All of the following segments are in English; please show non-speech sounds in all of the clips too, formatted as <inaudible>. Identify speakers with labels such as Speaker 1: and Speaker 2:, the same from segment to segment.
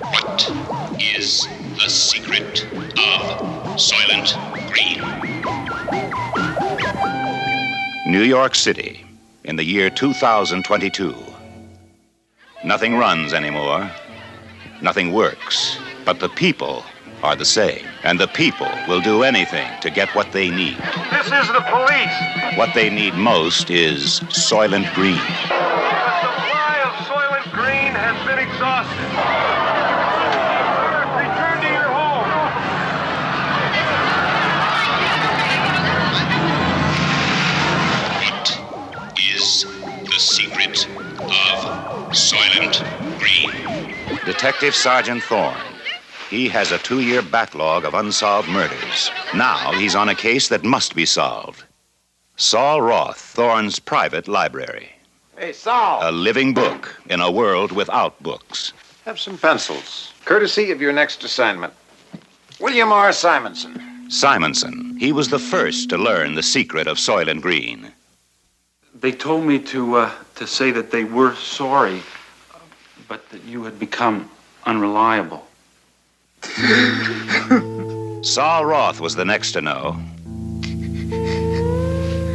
Speaker 1: What is the secret of Soylent Green?
Speaker 2: New York City in the year 2022. Nothing runs anymore. Nothing works. But the people are the same. And the people will do anything to get what they need.
Speaker 3: This is the police.
Speaker 2: What they need most is Soylent Green.
Speaker 3: The supply of Soylent Green has been exhausted. Return to your home.
Speaker 1: What is the secret of Soylent Green?
Speaker 2: Detective Sergeant Thorne. He has a two year backlog of unsolved murders. Now he's on a case that must be solved Saul Roth, Thorne's private library.
Speaker 4: Hey, Sal,
Speaker 2: A living book in a world without books.
Speaker 4: have some pencils, courtesy of your next assignment. William R. Simonson.
Speaker 2: Simonson, he was the first to learn the secret of Soylent Green.
Speaker 5: They told me to uh, to say that they were sorry, but that you had become unreliable.
Speaker 2: Saul Roth was the next to know,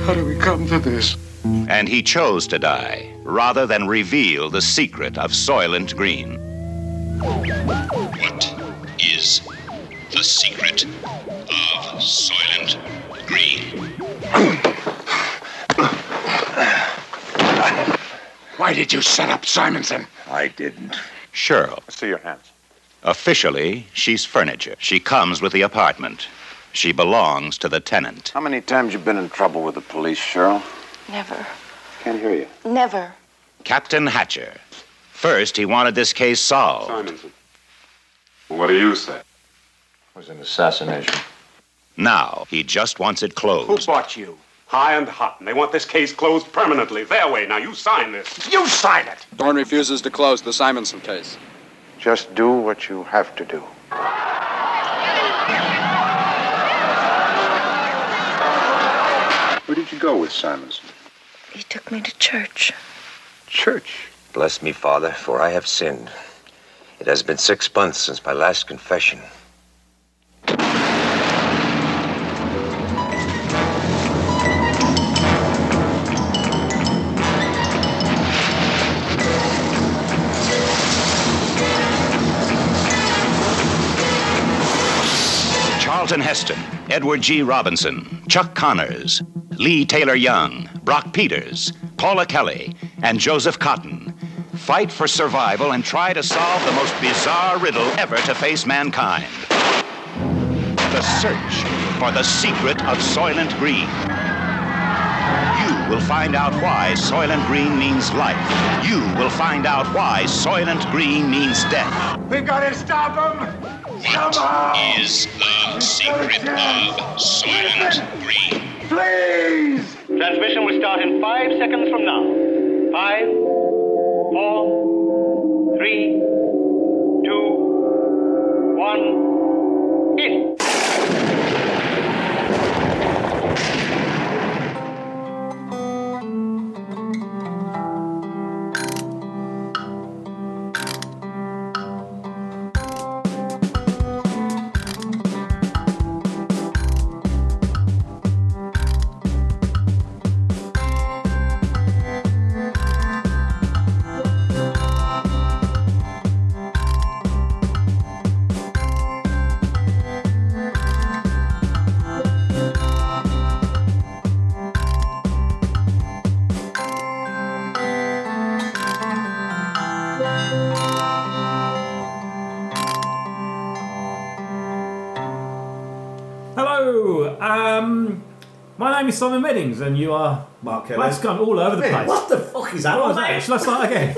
Speaker 6: How do we come to this?
Speaker 2: and he chose to die rather than reveal the secret of Soylent Green.
Speaker 1: What is the secret of Soylent Green?
Speaker 6: Why did you set up Simonson?
Speaker 7: I didn't.
Speaker 2: Cheryl.
Speaker 7: See your hands.
Speaker 2: Officially, she's furniture. She comes with the apartment. She belongs to the tenant.
Speaker 4: How many times you been in trouble with the police, Cheryl?
Speaker 8: Never.
Speaker 4: Can't hear you.
Speaker 8: Never.
Speaker 2: Captain Hatcher. First, he wanted this case solved.
Speaker 7: Simonson. What do you say?
Speaker 4: It was an assassination.
Speaker 2: Now, he just wants it
Speaker 7: Who
Speaker 2: closed.
Speaker 7: bought you? High and hot, and they want this case closed permanently. Their way. Now you sign this.
Speaker 4: You sign it!
Speaker 9: Thorne refuses to close the Simonson case.
Speaker 4: Just do what you have to do. Where did you go with Simonson?
Speaker 8: He took me to church.
Speaker 4: Church.
Speaker 10: Bless me, Father, for I have sinned. It has been six months since my last confession.
Speaker 2: Charlton Heston, Edward G. Robinson, Chuck Connors, Lee Taylor Young, Brock Peters, Paula Kelly, and Joseph Cotton fight for survival and try to solve the most bizarre riddle ever to face mankind the search for the secret of Soylent Green. You will find out why Soylent Green means life. You will find out why Soylent Green means death.
Speaker 6: We've got to stop him!
Speaker 1: What is the secret of Soylent Green?
Speaker 6: Please!
Speaker 3: Transmission will start in five seconds from now. Five, four, three, two, one, in.
Speaker 11: Hello, um, my name is Simon Meddings, and you are
Speaker 6: Mark Kelly.
Speaker 11: that's gone all over the place.
Speaker 12: What the fuck is that?
Speaker 11: What was
Speaker 12: mate?
Speaker 11: that? Shall I start
Speaker 12: <laughs>
Speaker 11: again?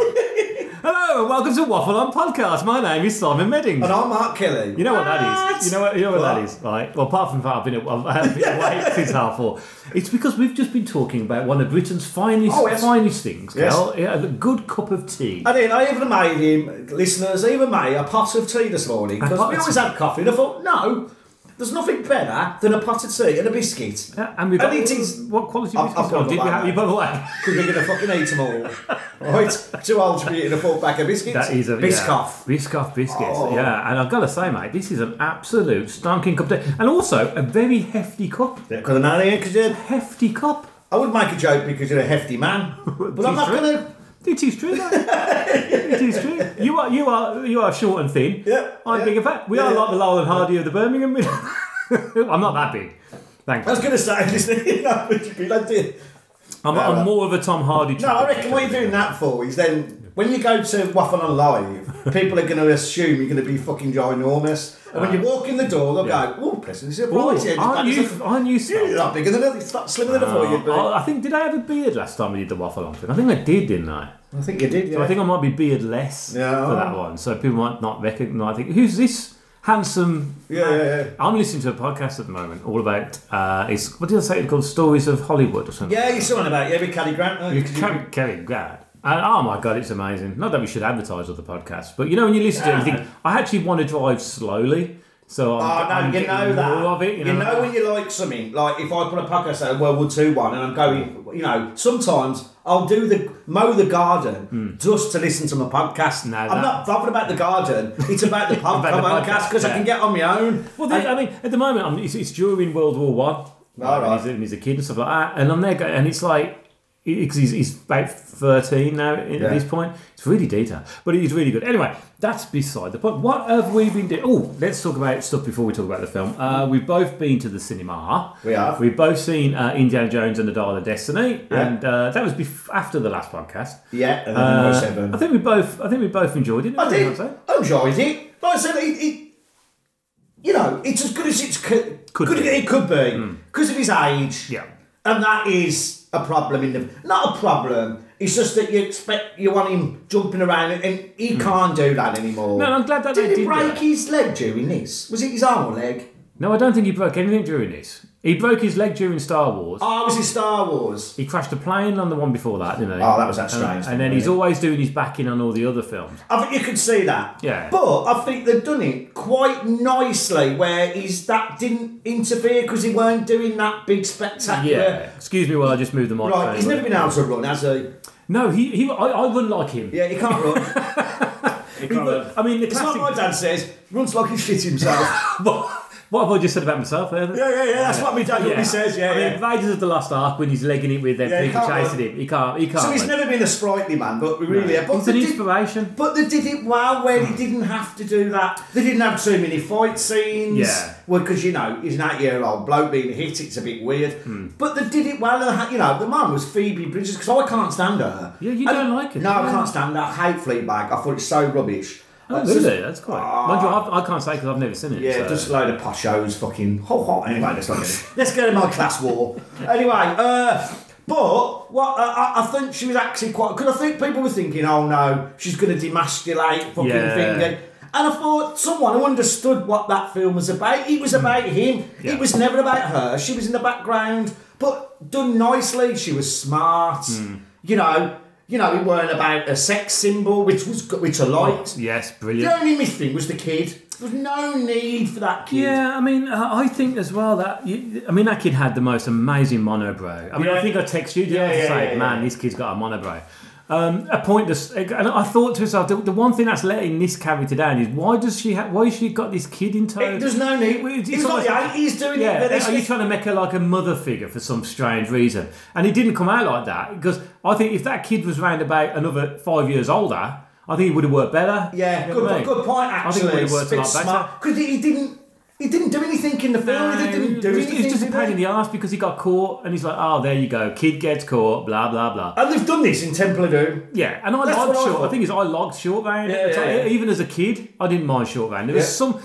Speaker 11: Hello, and welcome to Waffle on Podcast. My name is Simon Meddings.
Speaker 12: And I'm Mark Kelly.
Speaker 11: You know what that is. You know what, you know what, that
Speaker 12: What?
Speaker 11: is, right? Well, apart from the fact I've been, I've been
Speaker 12: <laughs>
Speaker 11: away since half four. It's because we've just been talking about one of Britain's finest,
Speaker 12: Oh, yes.
Speaker 11: finest things,
Speaker 12: Yes.
Speaker 11: Cal. Yeah, a good cup of tea.
Speaker 12: I did. I even made him, listeners, I even made a pot of tea this morning
Speaker 11: A
Speaker 12: because
Speaker 11: pot
Speaker 12: we
Speaker 11: of
Speaker 12: always
Speaker 11: tea.
Speaker 12: had coffee. And I thought, no, There's nothing better than a pot of tea and a biscuit.
Speaker 11: and we've got-
Speaker 12: it is
Speaker 11: what quality
Speaker 12: I've,
Speaker 11: biscuits
Speaker 12: I've put
Speaker 11: did we have? You
Speaker 12: because we're gonna fucking eat them
Speaker 11: <laughs>
Speaker 12: all. right, too old to be eating a full pack of biscuits.
Speaker 11: That is a
Speaker 12: Biscoff.
Speaker 11: Yeah. Biscoff biscuits.
Speaker 12: Oh.
Speaker 11: Yeah, and I've got to say, mate, this is an absolute stonking cup, of tea. and also a very hefty cup.
Speaker 12: Because an alien, because you're a
Speaker 11: hefty cup.
Speaker 12: I would make a joke because you're a
Speaker 11: <laughs>
Speaker 12: hefty man, but I'm not
Speaker 11: true.
Speaker 12: gonna.
Speaker 11: It is true.
Speaker 12: <laughs>
Speaker 11: Though. it is true. You are you are you are short and thin. Yeah, I'm big and fat. We are like the Lowell and Hardy of the Birmingham. <laughs> I'm not that big. Thank
Speaker 12: I was
Speaker 11: you.
Speaker 12: gonna say, <laughs> listen, you know, would you be like, dear?
Speaker 11: I'm,
Speaker 12: No,
Speaker 11: I'm
Speaker 12: no.
Speaker 11: more of a Tom Hardy.
Speaker 12: No, I reckon what you're doing that for is then when you go to Waffle on Live, people are going to assume you're going to be fucking ginormous. And when you walk in the door, they'll go, oh, Preston, you're
Speaker 11: Uh, Ooh,
Speaker 12: right here.
Speaker 11: aren't you- aren't you
Speaker 12: You're not bigger than others. It's slimmer than I thought you'd be.
Speaker 11: Oh, I think did I have a beard last time we did the waffle on thing? I think I did, didn't I?
Speaker 12: I think you did,
Speaker 11: So
Speaker 12: yeah.
Speaker 11: I think I might be beardless
Speaker 12: Yeah.
Speaker 11: for that one. So people might not recognise. I think who's this handsome?
Speaker 12: Yeah, yeah, yeah.
Speaker 11: I'm listening to a podcast at the moment all about uh, it's what did I say? It's called Stories of Hollywood or something.
Speaker 12: Yeah, you're something about it. Yeah, with Cady Grant. aren't
Speaker 11: You
Speaker 12: you?
Speaker 11: can Kelly Grant. And, oh my god, it's amazing. Not that we should advertise other podcasts, but you know when you listen to it, you think I actually want to drive slowly. So
Speaker 12: Oh,
Speaker 11: I'm,
Speaker 12: no,
Speaker 11: I'm
Speaker 12: you
Speaker 11: getting
Speaker 12: know that.
Speaker 11: more of it. You know,
Speaker 12: when you like something, like if I put a podcast out, World War Two one, and I'm going, you know, sometimes I'll do the mow the garden just to listen to my podcast. No, I'm
Speaker 11: Hmm. that-
Speaker 12: not bothered about the garden. It's
Speaker 11: <laughs>
Speaker 12: about the pub-
Speaker 11: About the
Speaker 12: podcast because I
Speaker 11: podcast,
Speaker 12: can
Speaker 11: yeah.
Speaker 12: get on my own.
Speaker 11: Well, the, I mean, at the moment, I'm, it's, it's during World War One. Right,
Speaker 12: right.
Speaker 11: he's, a- he's a kid and stuff like that, and I'm there, go- and it's like because he's, he's about thirteen now at
Speaker 12: Yeah.
Speaker 11: this point. It's really detailed, but it is really good. Anyway, that's beside the point. What have we been doing? Oh, let's talk about stuff before we talk about the film. Uh, we've both been to the cinema.
Speaker 12: We have.
Speaker 11: We've both seen uh, Indiana Jones and the Dial of Destiny,
Speaker 12: Yeah.
Speaker 11: and uh, that was bef- after the last podcast.
Speaker 12: Yeah, and then
Speaker 11: Uh,
Speaker 12: 007.
Speaker 11: I think we both. I think we both enjoyed it.
Speaker 12: I
Speaker 11: didn't we,
Speaker 12: did. I enjoyed it. Like I said, it, it you know, it's as good as it's co- could,
Speaker 11: be. Hmm.
Speaker 12: it could be because of his age.
Speaker 11: Yeah.
Speaker 12: and that is a problem in the not a problem. It's just that you expect you want him jumping around, and, and he can't do that anymore.
Speaker 11: Hmm. No, I'm glad that
Speaker 12: did
Speaker 11: they
Speaker 12: he
Speaker 11: did
Speaker 12: break
Speaker 11: that.
Speaker 12: his leg during this? Was it his arm or leg?
Speaker 11: No, I don't think he broke anything during this. He broke his leg during Star Wars.
Speaker 12: Oh, was it Star Wars?
Speaker 11: He crashed a plane on the one before that, didn't he?
Speaker 12: Oh, that was that
Speaker 11: And-
Speaker 12: strange
Speaker 11: And,
Speaker 12: thing,
Speaker 11: then he's
Speaker 12: wasn't
Speaker 11: always doing his backing on all the other films.
Speaker 12: I think you could see that.
Speaker 11: Yeah.
Speaker 12: But I think they've done it quite nicely where he's that didn't interfere because he weren't doing that big spectacular.
Speaker 11: Excuse me while I just move the microphone.
Speaker 12: Right, he's never been able to run, has he?
Speaker 11: No, he, he I, I run like him.
Speaker 12: Yeah, he can't run.
Speaker 11: I mean, the
Speaker 12: it's
Speaker 11: classic-
Speaker 12: like my dad says, runs like he shit himself.
Speaker 11: <laughs> <laughs> What have I just said about myself? Yeah,
Speaker 12: Yeah, yeah, yeah, that's what my dad normally says, yeah,
Speaker 11: I mean,
Speaker 12: yeah.
Speaker 11: Invaders of the Last Ark when he's legging it with them
Speaker 12: Yeah, he
Speaker 11: people
Speaker 12: can't
Speaker 11: chasing
Speaker 12: run.
Speaker 11: him. He can't. He can't.
Speaker 12: so he's
Speaker 11: run.
Speaker 12: never been a sprightly man, but we really.
Speaker 11: No.
Speaker 12: But
Speaker 11: He's an
Speaker 12: they did-
Speaker 11: inspiration. Mm.
Speaker 12: but they did it well where he didn't have to do that. They didn't have too many fight scenes.
Speaker 11: Yeah.
Speaker 12: Well, because you know he's an eight-year-old bloke being hit. It's a bit weird.
Speaker 11: Hmm.
Speaker 12: But they did it well. and ha- You know the man was Phoebe Bridges because I can't stand her.
Speaker 11: Yeah, you
Speaker 12: And-
Speaker 11: don't like her,
Speaker 12: No,
Speaker 11: yeah.
Speaker 12: I can't stand her. I hate Fleabag. I thought it's so rubbish.
Speaker 11: Oh,
Speaker 12: It's
Speaker 11: really?
Speaker 12: just-
Speaker 11: That's quite. Mind you, I've, I can't say because I've never seen it.
Speaker 12: Ah. yeah,
Speaker 11: so.
Speaker 12: just a load of poshos fucking. Ho, ho. Anyway, let's not
Speaker 11: <laughs>
Speaker 12: get it. Let's get in my class war. Anyway, uh, but what uh, I, I think she was actually quite. Because I think people were thinking, oh no, she's going to demasculate fucking
Speaker 11: Yeah.
Speaker 12: thing. And and I thought someone who understood what that film was about. It was about him.
Speaker 11: Hmm. Yeah.
Speaker 12: It was never about her. She was in the background, but done nicely. She was smart.
Speaker 11: Hmm.
Speaker 12: You know. You know, it weren't about a sex symbol, which was go- which I liked.
Speaker 11: Yes,
Speaker 12: The
Speaker 11: brilliant.
Speaker 12: only missing was the kid. There was no need for that kid.
Speaker 11: Yeah, I mean, uh, I think as well that you, I mean that kid had the most amazing monobrow. I mean, I think I text you, did I,
Speaker 12: Yeah,
Speaker 11: to
Speaker 12: yeah,
Speaker 11: say,
Speaker 12: yeah, yeah.
Speaker 11: man, this kid's got a monobrow. Um, a point, that's- and I thought to myself, the, the one thing that's letting this character down is why does she? Ha- why has she got this kid in tow?
Speaker 12: It- there's no need.
Speaker 11: it's
Speaker 12: It was like
Speaker 11: almost
Speaker 12: the 80s doing it,
Speaker 11: yeah,
Speaker 12: but it's
Speaker 11: Are you
Speaker 12: just-
Speaker 11: trying to make her like a mother figure for some strange reason? And it didn't come out like that because I think if that kid was round about another five years older, I think it would have worked better. You
Speaker 12: Yeah,
Speaker 11: know
Speaker 12: good,
Speaker 11: what I mean?
Speaker 12: good point.
Speaker 11: I
Speaker 12: Actually,
Speaker 11: think it would have
Speaker 12: It's
Speaker 11: worked
Speaker 12: a
Speaker 11: a
Speaker 12: bit
Speaker 11: lot better.
Speaker 12: smart because he he didn't. He didn't do anything in the film. he didn't do
Speaker 11: it was, it was
Speaker 12: anything.
Speaker 11: just a
Speaker 12: did
Speaker 11: pain
Speaker 12: he?
Speaker 11: in the ass because he got caught, and he's like, "Oh, there you go, kid gets caught, blah blah blah."
Speaker 12: and they've done this in Temple of Doom.
Speaker 11: Yeah, and I
Speaker 12: That's
Speaker 11: logged
Speaker 12: what I
Speaker 11: short.
Speaker 12: thought.
Speaker 11: I think is I logged short round. at the
Speaker 12: Yeah, yeah,
Speaker 11: time.
Speaker 12: yeah.
Speaker 11: Even as a kid, I didn't mind short round. There was
Speaker 12: Yeah.
Speaker 11: some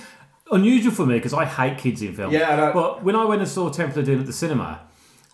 Speaker 11: unusual for me because I hate kids in films.
Speaker 12: Yeah, I know.
Speaker 11: but when I went and saw Temple of Doom at the cinema,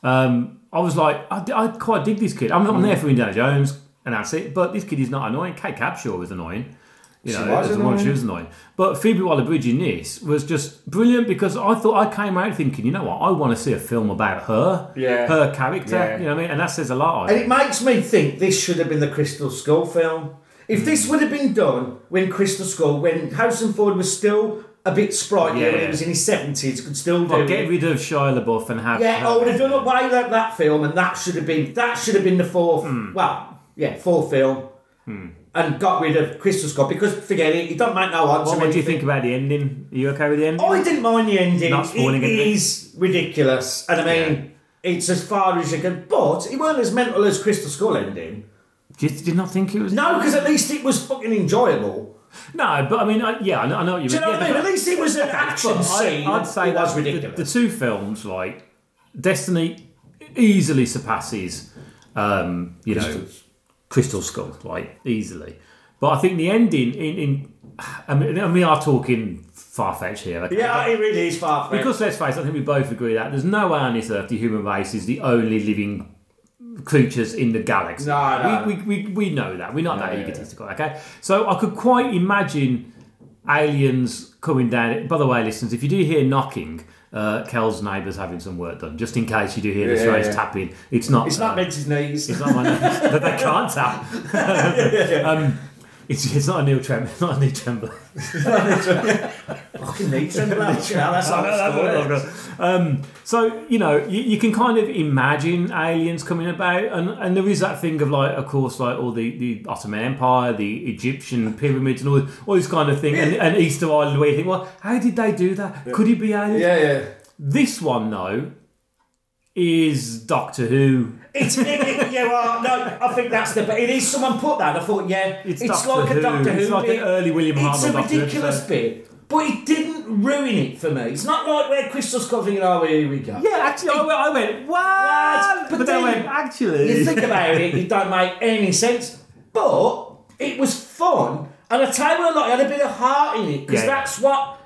Speaker 11: um, I was like, I, I quite dig this kid. I'm,
Speaker 12: Mm.
Speaker 11: I'm there for Indiana Jones, and that's it. But this kid is not annoying. Kate Capshaw was annoying. You
Speaker 12: She
Speaker 11: know,
Speaker 12: was
Speaker 11: as the one she
Speaker 12: annoying.
Speaker 11: was annoying. But Phoebe Waller-Bridge in this was just brilliant because I thought I came out thinking, you know what, I want to see a film about her,
Speaker 12: Yeah.
Speaker 11: her character.
Speaker 12: Yeah.
Speaker 11: You know what I mean? And that says a lot. I
Speaker 12: And
Speaker 11: think.
Speaker 12: it makes me think this should have been the Crystal Skull film. If this would have been done when Crystal Skull, when Harrison Ford was still a bit sprightly when he
Speaker 11: Yeah.
Speaker 12: was in his seventies. Could still do.
Speaker 11: Well, get
Speaker 12: it.
Speaker 11: rid of Shia LaBeouf and have.
Speaker 12: yeah, oh, I would have done away that that film, and that should have been that should have been the fourth. Well, yeah, fourth film,
Speaker 11: Hmm.
Speaker 12: and got rid of Crystal Scott because forget it, he don't make no odds.
Speaker 11: What,
Speaker 12: or
Speaker 11: what do you
Speaker 12: anything.
Speaker 11: think about the ending? Are you okay with the ending?
Speaker 12: I Oh, didn't mind the ending.
Speaker 11: Not spoiling
Speaker 12: it
Speaker 11: anything.
Speaker 12: is ridiculous, and I mean, it's as far as you can. But it weren't as mental as Crystal Skull ending.
Speaker 11: Just did not think it was.
Speaker 12: No, because at least it was fucking enjoyable.
Speaker 11: No, but I mean, I, yeah, I know, I know what you
Speaker 12: Do you
Speaker 11: mean.
Speaker 12: know what I
Speaker 11: Yeah,
Speaker 12: mean?
Speaker 11: but-
Speaker 12: At least it was an action
Speaker 11: <laughs> But I-
Speaker 12: scene.
Speaker 11: I'd say
Speaker 12: it was
Speaker 11: that the-
Speaker 12: ridiculous.
Speaker 11: The, two films, like Destiny, easily surpasses, um, you know, Crystal Skull, like easily. But I think the ending in, in <sighs> I mean, and we are talking far fetched here. okay?
Speaker 12: yeah, it really is far from
Speaker 11: Because let's face it, I think we both agree that there's no way on this earth the human race is the only living creatures in the galaxy.
Speaker 12: No, no.
Speaker 11: We, we, we, we know that. We're not that egotistical, okay? So I could quite imagine aliens coming down. By the way, listeners, if you do hear knocking, uh, Kel's neighbour's having some work done, just in case you do hear the
Speaker 12: Yeah,
Speaker 11: strange
Speaker 12: yeah.
Speaker 11: tapping. It's not.
Speaker 12: It's
Speaker 11: uh,
Speaker 12: not meant his knees. <laughs>
Speaker 11: It's not my nose that they can't tap. <laughs> um, it's, it's not a Neil Tremble. It's <laughs> not a Neil Tremble.
Speaker 12: Fucking Neil Tremble, that's-
Speaker 11: <laughs>
Speaker 12: that's how it's called.
Speaker 11: Um, so you know you, you can kind of imagine aliens coming about, and, and there is that thing of like, of course, like all the, the Ottoman Empire, the Egyptian pyramids, and all all this kind of thing, and, and Easter Island, where you think, well, how did they do that? Could it be aliens?
Speaker 12: Yeah, yeah.
Speaker 11: This one though is Doctor Who.
Speaker 12: It's it, it, yeah, well, no, I think that's the. But it is someone put that. I thought, yeah, it's,
Speaker 11: Doctor
Speaker 12: like
Speaker 11: Who.
Speaker 12: a Doctor Who.
Speaker 11: It's like
Speaker 12: bit.
Speaker 11: an early William
Speaker 12: It's
Speaker 11: Hartnell
Speaker 12: a
Speaker 11: Doctor Who
Speaker 12: ridiculous
Speaker 11: episode.
Speaker 12: bit, but it didn't ruin it for me. It's not like where Crystal's covering it. Oh, here we go.
Speaker 11: Yeah, actually, I went, I went what? But,
Speaker 12: But
Speaker 11: then I
Speaker 12: then-
Speaker 11: went, actually,
Speaker 12: You think about it, it don't make any sense. But it was fun, and I tell you a lot, it had a bit of heart in it because
Speaker 11: Yeah.
Speaker 12: that's what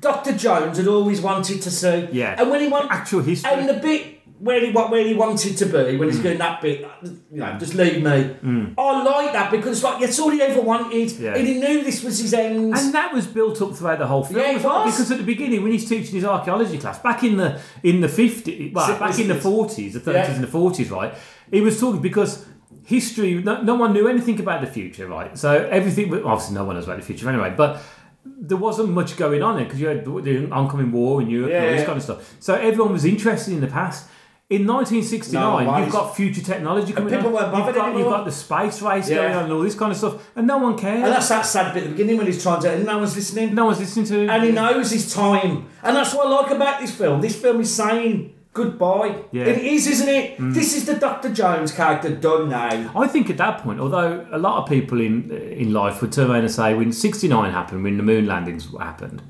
Speaker 12: Doctor Jones had always wanted to see.
Speaker 11: Yeah.
Speaker 12: and when he wanted
Speaker 11: actual history.
Speaker 12: and the bit where he wa- where he wanted to be when he's doing that bit, you know, just leave me.
Speaker 11: Mm.
Speaker 12: I like that because it's like it's all he ever wanted,
Speaker 11: Yeah.
Speaker 12: and he knew this was his end.
Speaker 11: And that was built up throughout the whole film.
Speaker 12: Yeah, it
Speaker 11: as well,
Speaker 12: was.
Speaker 11: Because at the beginning, when he's teaching his archaeology class, back in the in the fifties, well,
Speaker 12: Sit-
Speaker 11: back in the
Speaker 12: sit-
Speaker 11: forties, the thirties
Speaker 12: Yeah.
Speaker 11: and the forties, right? He was talking because history. No, no one knew anything about the future, right? So everything. well, Obviously, no one knows about the future anyway, but. There wasn't much going on because you had the- the oncoming war in Europe and all
Speaker 12: Yeah,
Speaker 11: this
Speaker 12: yeah.
Speaker 11: kind of stuff. So everyone was interested in the past. In 1969,
Speaker 12: No, why
Speaker 11: you've
Speaker 12: is-
Speaker 11: got future technology coming
Speaker 12: people
Speaker 11: on.
Speaker 12: weren't bothered
Speaker 11: you've, got, you've
Speaker 12: anymore.
Speaker 11: got the space race
Speaker 12: Yeah.
Speaker 11: going on and all this kind of stuff, and no one cares.
Speaker 12: And that's that sad bit at the beginning when he's trying to, and no one's listening.
Speaker 11: No one's listening to him.
Speaker 12: And he knows his time. And that's what I like about this film. This film is saying goodbye.
Speaker 11: Yeah. Mm.
Speaker 12: And it is, isn't it? This is the Dr. Jones character done now.
Speaker 11: I think at that point, although a lot of people in in life would turn around and say, when '69 happened, when the moon landings happened,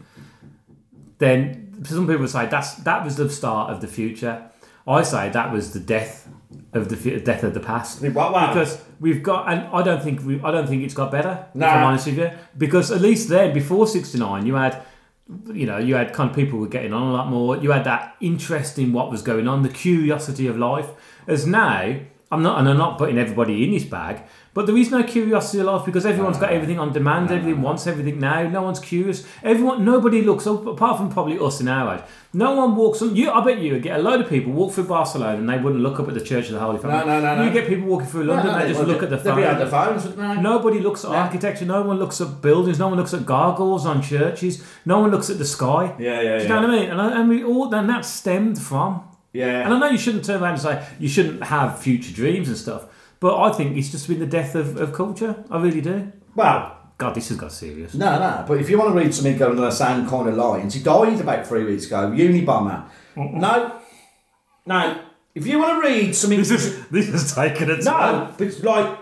Speaker 11: then some people would say that's that was the start of the future. I say that was the death of the fu- death of the past.
Speaker 12: wow.
Speaker 11: Because we've got, and I don't think we, I don't think it's got better.
Speaker 12: No.
Speaker 11: If I'm honest with you, because at least then, before '69, you had. You know, you had kind of people were getting on a lot more. You had that interest in what was going on, the curiosity of life. As now, I'm not, and I'm not putting everybody in this bag, but there is no curiosity of life because everyone's got everything on demand. Everyone wants everything now. No one's curious. Everyone, nobody looks up apart from probably us in our age. No one walks. On, you, I bet you would get a load of people walk through Barcelona and they wouldn't look up at the Church of the Holy Family.
Speaker 12: no, no, no.
Speaker 11: You get people walking through London,
Speaker 12: No, no,
Speaker 11: they
Speaker 12: they
Speaker 11: just
Speaker 12: wouldn't.
Speaker 11: look at the
Speaker 12: They'd
Speaker 11: phone.
Speaker 12: be on the phones, wouldn't they?
Speaker 11: Nobody looks at architecture. No one looks at buildings. No one looks at gargoyles on churches. No one looks at the sky.
Speaker 12: Yeah, yeah,
Speaker 11: Do you know what I mean? And, I, and we all and that stemmed from.
Speaker 12: Yeah.
Speaker 11: And I know you shouldn't turn around and say you shouldn't have future dreams and stuff, but I think it's just been the death of, of culture. I really do.
Speaker 12: Well,
Speaker 11: God, this has got serious.
Speaker 12: No, no. But if you want to read something going on the same kind of lines, he died about three weeks ago. Unibomber. No, no. If you want to read something, this
Speaker 11: is this has taken a
Speaker 12: No,
Speaker 11: turn.
Speaker 12: but like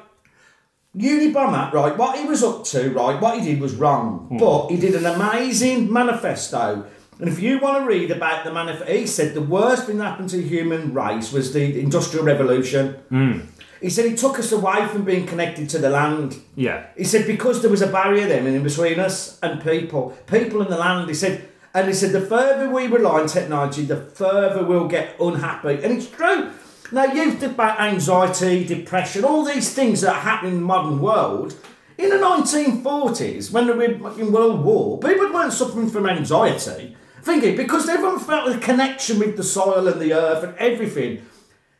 Speaker 12: Unibomber, right? What he was up to, right? What he did was wrong, but he did an amazing manifesto. And if you want to read about the manifesto, he said the worst thing that happened to the human race was the Industrial Revolution.
Speaker 11: Mm.
Speaker 12: He said it took us away from being connected to the land.
Speaker 11: Yeah.
Speaker 12: He said because there was a barrier then in between us and people, people and the land. He said, and he said the further we rely on technology, the further we'll get unhappy, and it's true. Now you've about anxiety, depression, all these things that are happening in the modern world. In the 1940s, when we were in World War, people weren't suffering from anxiety. Thinking because everyone felt a connection with the soil and the earth and everything.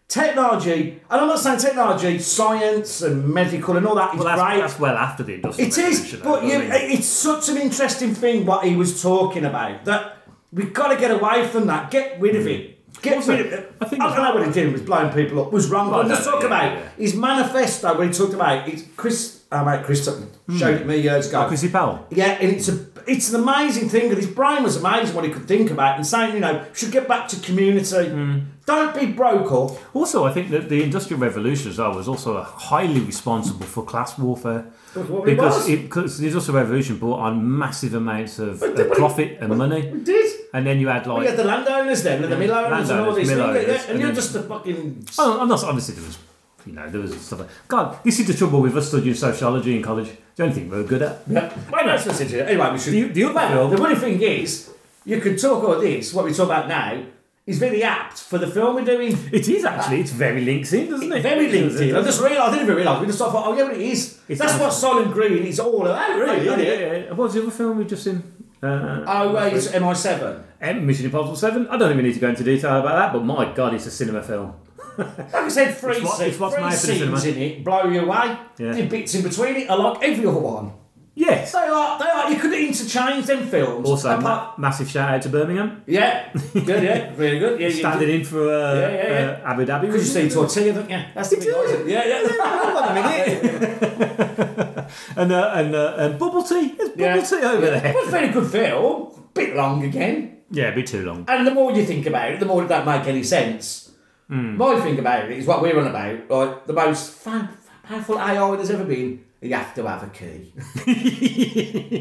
Speaker 12: Technology, and I'm not saying technology, science and medical and all that is
Speaker 11: Well, that's,
Speaker 12: great.
Speaker 11: that's well after the industrial.
Speaker 12: It is,
Speaker 11: Revolution, though,
Speaker 12: but you,
Speaker 11: doesn't it?
Speaker 12: it's such an interesting thing what he was talking about that we've got to get away from that. Get rid
Speaker 11: Hmm.
Speaker 12: of it. Get rid of it. I, think I don't know what he did was blowing people up was wrong.
Speaker 11: Well,
Speaker 12: But
Speaker 11: I
Speaker 12: let's
Speaker 11: don't-
Speaker 12: talk
Speaker 11: Oh, yeah,
Speaker 12: about
Speaker 11: yeah,
Speaker 12: his manifesto when he talked about it's Chris. Oh, mate, Chris Sutton
Speaker 11: Hmm.
Speaker 12: showed it me years
Speaker 11: Oh,
Speaker 12: ago. Chrissy
Speaker 11: Powell.
Speaker 12: Yeah, and it's a it's an amazing thing that his brain was amazing what he could think about and saying you know should get back to community.
Speaker 11: Hmm.
Speaker 12: Don't be broke up.
Speaker 11: Also, I think that the Industrial Revolution as well was also highly responsible for class warfare.
Speaker 12: That's what it
Speaker 11: because
Speaker 12: was.
Speaker 11: it, 'cause the Industrial Revolution brought on massive amounts of, of profit and money.
Speaker 12: It did.
Speaker 11: And then you had like
Speaker 12: we had the landowners then, and the
Speaker 11: Oh, Yeah,
Speaker 12: mill owners and all
Speaker 11: landowners,
Speaker 12: these things.
Speaker 11: mill
Speaker 12: Yeah,
Speaker 11: owners,
Speaker 12: yeah, and
Speaker 11: and
Speaker 12: you're
Speaker 11: then-
Speaker 12: just a fucking
Speaker 11: Oh, I'm not. Obviously, there was, you know, there was stuff. Like, God, this is the trouble with us studying sociology in college. It's the only thing we we're good at.
Speaker 12: Yeah. Well, that's just it. Anyway, we should.
Speaker 11: The, the other
Speaker 12: Well,
Speaker 11: film-
Speaker 12: the funny thing is, you could talk all this, what we talk about now, is very apt for the film we're doing. Uh,
Speaker 11: It is actually. It's very linked in, doesn't it?
Speaker 12: Very linked in. I just
Speaker 11: read.
Speaker 12: realised, I didn't even realise. We just thought, oh yeah, but it is.
Speaker 11: It's
Speaker 12: That's what
Speaker 11: nice.
Speaker 12: Solid Green is all about, really,
Speaker 11: Yeah,
Speaker 12: isn't
Speaker 11: yeah,
Speaker 12: it?
Speaker 11: yeah. What was the other film we just seen? Uh,
Speaker 12: Oh, wait, it's MI7.
Speaker 11: M- Mission Impossible 7. I don't think we need to go into detail about that, but my God, it's a cinema film.
Speaker 12: Like I said, three,
Speaker 11: It's what-
Speaker 12: scenes-
Speaker 11: it's what's
Speaker 12: three
Speaker 11: made for the cinema.
Speaker 12: scenes in it blow you away.
Speaker 11: Yeah.
Speaker 12: The bits in between it are like every other one.
Speaker 11: Yes.
Speaker 12: They are, they are. You could interchange them films.
Speaker 11: Also,
Speaker 12: apart-
Speaker 11: ma- massive shout out to Birmingham.
Speaker 12: Yeah, good, yeah, really good. Yeah,
Speaker 11: Standing in for uh,
Speaker 12: Yeah, yeah, yeah.
Speaker 11: Uh, Abu Dhabi.
Speaker 12: Because you see
Speaker 11: wasn't it?
Speaker 12: tortilla, don't you? That's the big one. Yeah, yeah. Hold on a minute. <laughs>
Speaker 11: and uh, and, uh, and Bubble Tea. There's Bubble Tea over there.
Speaker 12: It was a very good film. Bit long again.
Speaker 11: Yeah, it'd be too long.
Speaker 12: And the more you think about it, the more it don't make any sense. My thing about it is what we're on about, like the most fan- powerful AI there's ever been. You have to have a <laughs> key.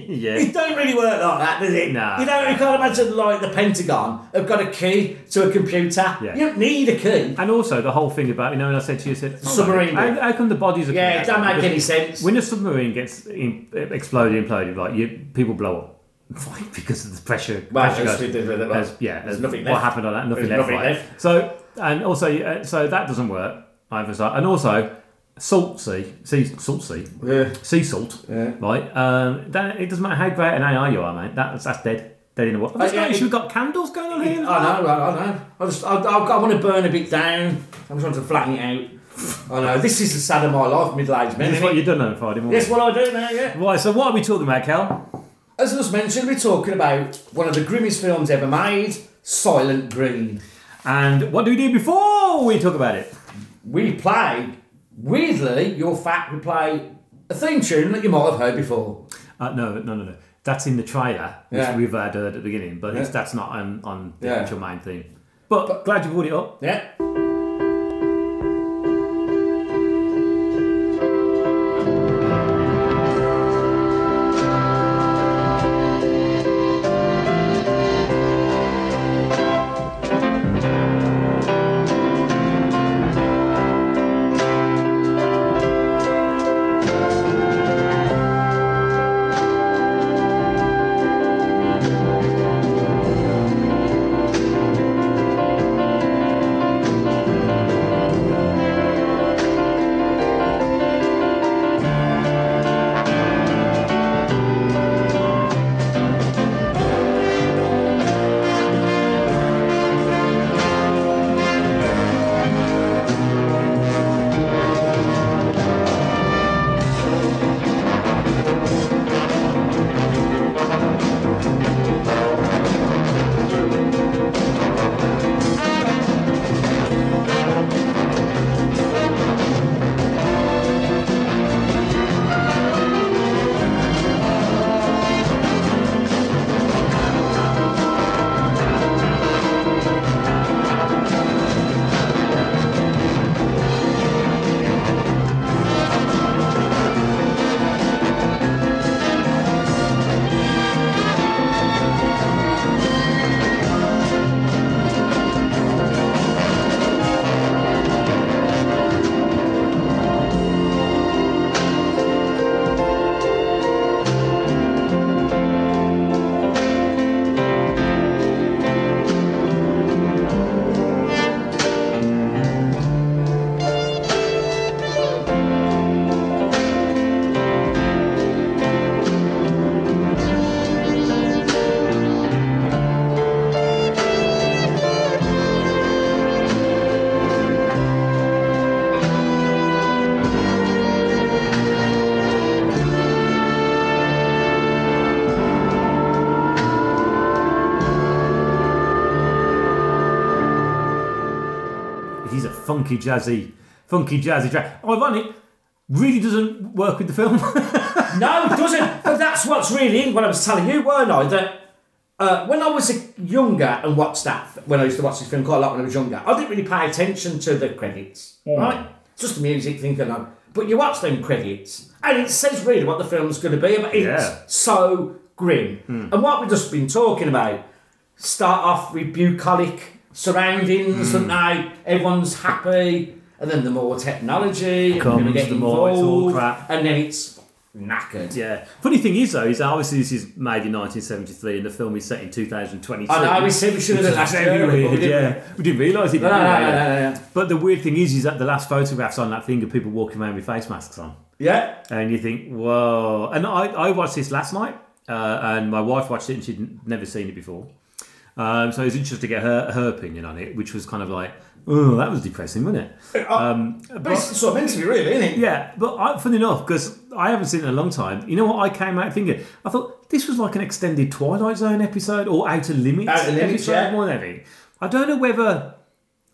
Speaker 11: yeah.
Speaker 12: It don't really work like that, does it?
Speaker 11: Nah.
Speaker 12: You know, you can't imagine like the Pentagon have got a key to a computer.
Speaker 11: Yeah.
Speaker 12: You don't need a key.
Speaker 11: And also the whole thing about you know when I said to you, I said oh,
Speaker 12: Submarine
Speaker 11: How,
Speaker 12: bit.
Speaker 11: how come the bodies are?
Speaker 12: Yeah, it don't make
Speaker 11: Because
Speaker 12: any sense.
Speaker 11: When a submarine gets in, exploded, imploded, right? You people blow up. <laughs> Why? Because of the pressure.
Speaker 12: Well,
Speaker 11: pressure
Speaker 12: it's-
Speaker 11: goes-
Speaker 12: it's- it's-
Speaker 11: as- yeah,
Speaker 12: there's
Speaker 11: as-
Speaker 12: nothing
Speaker 11: What
Speaker 12: left.
Speaker 11: happened on that? Nothing,
Speaker 12: There's
Speaker 11: left,
Speaker 12: nothing
Speaker 11: right?
Speaker 12: left.
Speaker 11: So and also uh, so that doesn't work either side. And also salt sea, sea salt sea,
Speaker 12: Yeah.
Speaker 11: sea salt,
Speaker 12: Yeah.
Speaker 11: right? Um, that, it doesn't matter how great an AI you are, mate. That's that's dead. Dead in the water.
Speaker 12: Uh, yeah, it- uh,
Speaker 11: We've got candles going on here.
Speaker 12: I know, I, I know. I just, I, I, I want to burn a bit down. I'm trying to flatten it out. I know. This is the sad of my life, middle-aged men.
Speaker 11: That's
Speaker 12: isn't
Speaker 11: what
Speaker 12: it?
Speaker 11: you've done on Friday morning.
Speaker 12: That's what I do now. Yeah.
Speaker 11: Right, so what are we talking about, Cal?
Speaker 12: As I was mentioned, we're talking about one of the grimmest films ever made, Silent Green.
Speaker 11: And what do we do before we talk about it?
Speaker 12: We play, weirdly, your fact, we play a theme tune that you might have heard before.
Speaker 11: Uh, no, no, no, no. That's in the trailer, which
Speaker 12: Yeah.
Speaker 11: we've had heard at the beginning, but it's,
Speaker 12: Yeah.
Speaker 11: that's not on, on the
Speaker 12: Yeah.
Speaker 11: actual main theme. But, glad you brought it up.
Speaker 12: Yeah.
Speaker 11: funky jazzy, funky jazzy track. Ironic, really doesn't work with the film. <laughs>
Speaker 13: no, it doesn't. But that's what's really in what I was telling you, weren't I? That uh, when I was a- younger and watched that, when I used to watch this film quite a lot when I was younger, I didn't really pay attention to the credits,
Speaker 11: Mm.
Speaker 13: right? It's just the music thing going on. But you watch them credits, and it says really what the film's going to be about. It's
Speaker 11: Yeah. Mm.
Speaker 13: so grim. And what we've just been talking about, start off with bucolic surroundings,
Speaker 11: Mm.
Speaker 13: and now everyone's happy, and then the more technology, and we're
Speaker 11: Comes,
Speaker 13: gonna get
Speaker 11: the more it's all
Speaker 13: involved,
Speaker 11: crap.
Speaker 13: and then it's knackered.
Speaker 11: Yeah. Funny thing is though, is that obviously this is made in 1973 and the film is set in 2022.
Speaker 13: I know, we said we should have
Speaker 11: Which
Speaker 13: done
Speaker 11: is
Speaker 13: last
Speaker 11: very
Speaker 13: year, but we
Speaker 11: weird,
Speaker 13: didn't.
Speaker 11: yeah. We didn't realise it.
Speaker 13: No,
Speaker 11: did
Speaker 13: no,
Speaker 11: we,
Speaker 13: no,
Speaker 11: really?
Speaker 13: no, no, no.
Speaker 11: But the weird thing is, is that the last photographs on that thing of people walking around with face masks on.
Speaker 13: Yeah.
Speaker 11: And you think, whoa. And I, I watched this last night, uh, and my wife watched it, and she'd n- never seen it before. Um, so it was interesting to get her, her opinion on it, which was kind of like, oh, that was depressing, wasn't it? Um, but,
Speaker 12: it's sort of meant to be, really, isn't it?
Speaker 11: Yeah, but I, funny enough, because I haven't seen it in a long time, you know what I came out thinking? I thought this was like an extended Twilight Zone episode or Outer Limits,
Speaker 12: Outer Limits,
Speaker 11: episode,
Speaker 12: yeah.
Speaker 11: more than anything. I don't know whether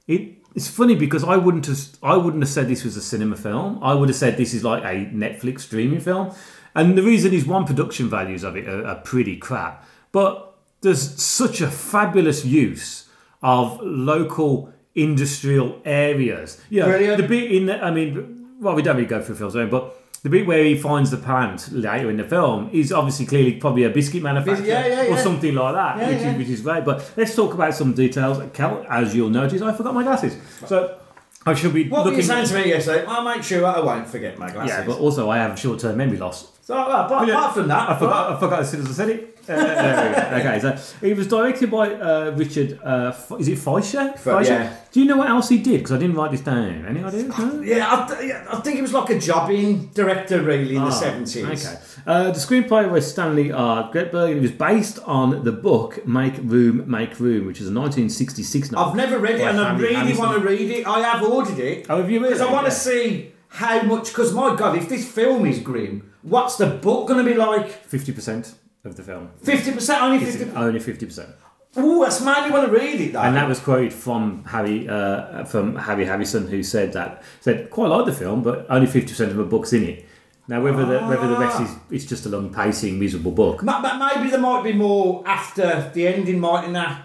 Speaker 11: it. It's funny because I wouldn't have I wouldn't have said this was a cinema film. I would have said this is like a Netflix streaming film, and the reason is one production values of it are, are pretty crap, but there's such a fabulous use of local industrial areas. Yeah,
Speaker 12: Brilliant.
Speaker 11: the bit in the, I mean, well, we don't really go through Phil's own, but the bit where he finds the plant later in the film is obviously clearly probably a biscuit manufacturer
Speaker 12: yeah, yeah,
Speaker 11: or
Speaker 12: yeah.
Speaker 11: something like that,
Speaker 12: Yeah,
Speaker 11: which
Speaker 12: yeah.
Speaker 11: is which is great. But let's talk about some details. Cal, as you'll notice, I forgot my glasses, so I should be.
Speaker 12: What were
Speaker 11: looking
Speaker 12: you saying to me yesterday? I'll make sure I won't forget my glasses.
Speaker 11: Yeah, but also I have short-term memory loss.
Speaker 12: So, uh, apart, apart from that,
Speaker 11: I forgot. I forgot as soon as I said it. Uh, <laughs> there we go. okay, so it was directed by uh, Richard. Uh, F- is it Fleischer? Fleischer?
Speaker 12: yeah.
Speaker 11: Do you know what else he did? Because I didn't write this down. Any ideas? No?
Speaker 12: Yeah, I, th- yeah, I think it was like a jobbing director, really, in
Speaker 11: Ah,
Speaker 12: the 70s.
Speaker 11: Okay. Uh, the screenplay was Stanley R. Gretberg, and it was based on the book Make Room, Make Room, which is a 1966 novel.
Speaker 12: I've never read it,
Speaker 11: by
Speaker 12: and I
Speaker 11: Family
Speaker 12: really
Speaker 11: Anderson.
Speaker 12: want to read it. I have ordered it.
Speaker 11: Oh, have you
Speaker 12: Because I
Speaker 11: really?
Speaker 12: want to
Speaker 11: Yeah.
Speaker 12: see how much. Because my God, if this film is grim, what's the book going to be like?
Speaker 11: 50% of the film.
Speaker 12: 50%, only
Speaker 11: Is
Speaker 12: 50%.
Speaker 11: Only 50%.
Speaker 12: Ooh, that's made me want to read it, though.
Speaker 11: And that was quoted from Harry uh, from Harry Harrison, who said that said quite like the film, but only fifty percent of the book's in it. Now whether the whether the rest is it's just a long pacing miserable book.
Speaker 12: Ma- ma- maybe there might be more after the ending, might in that.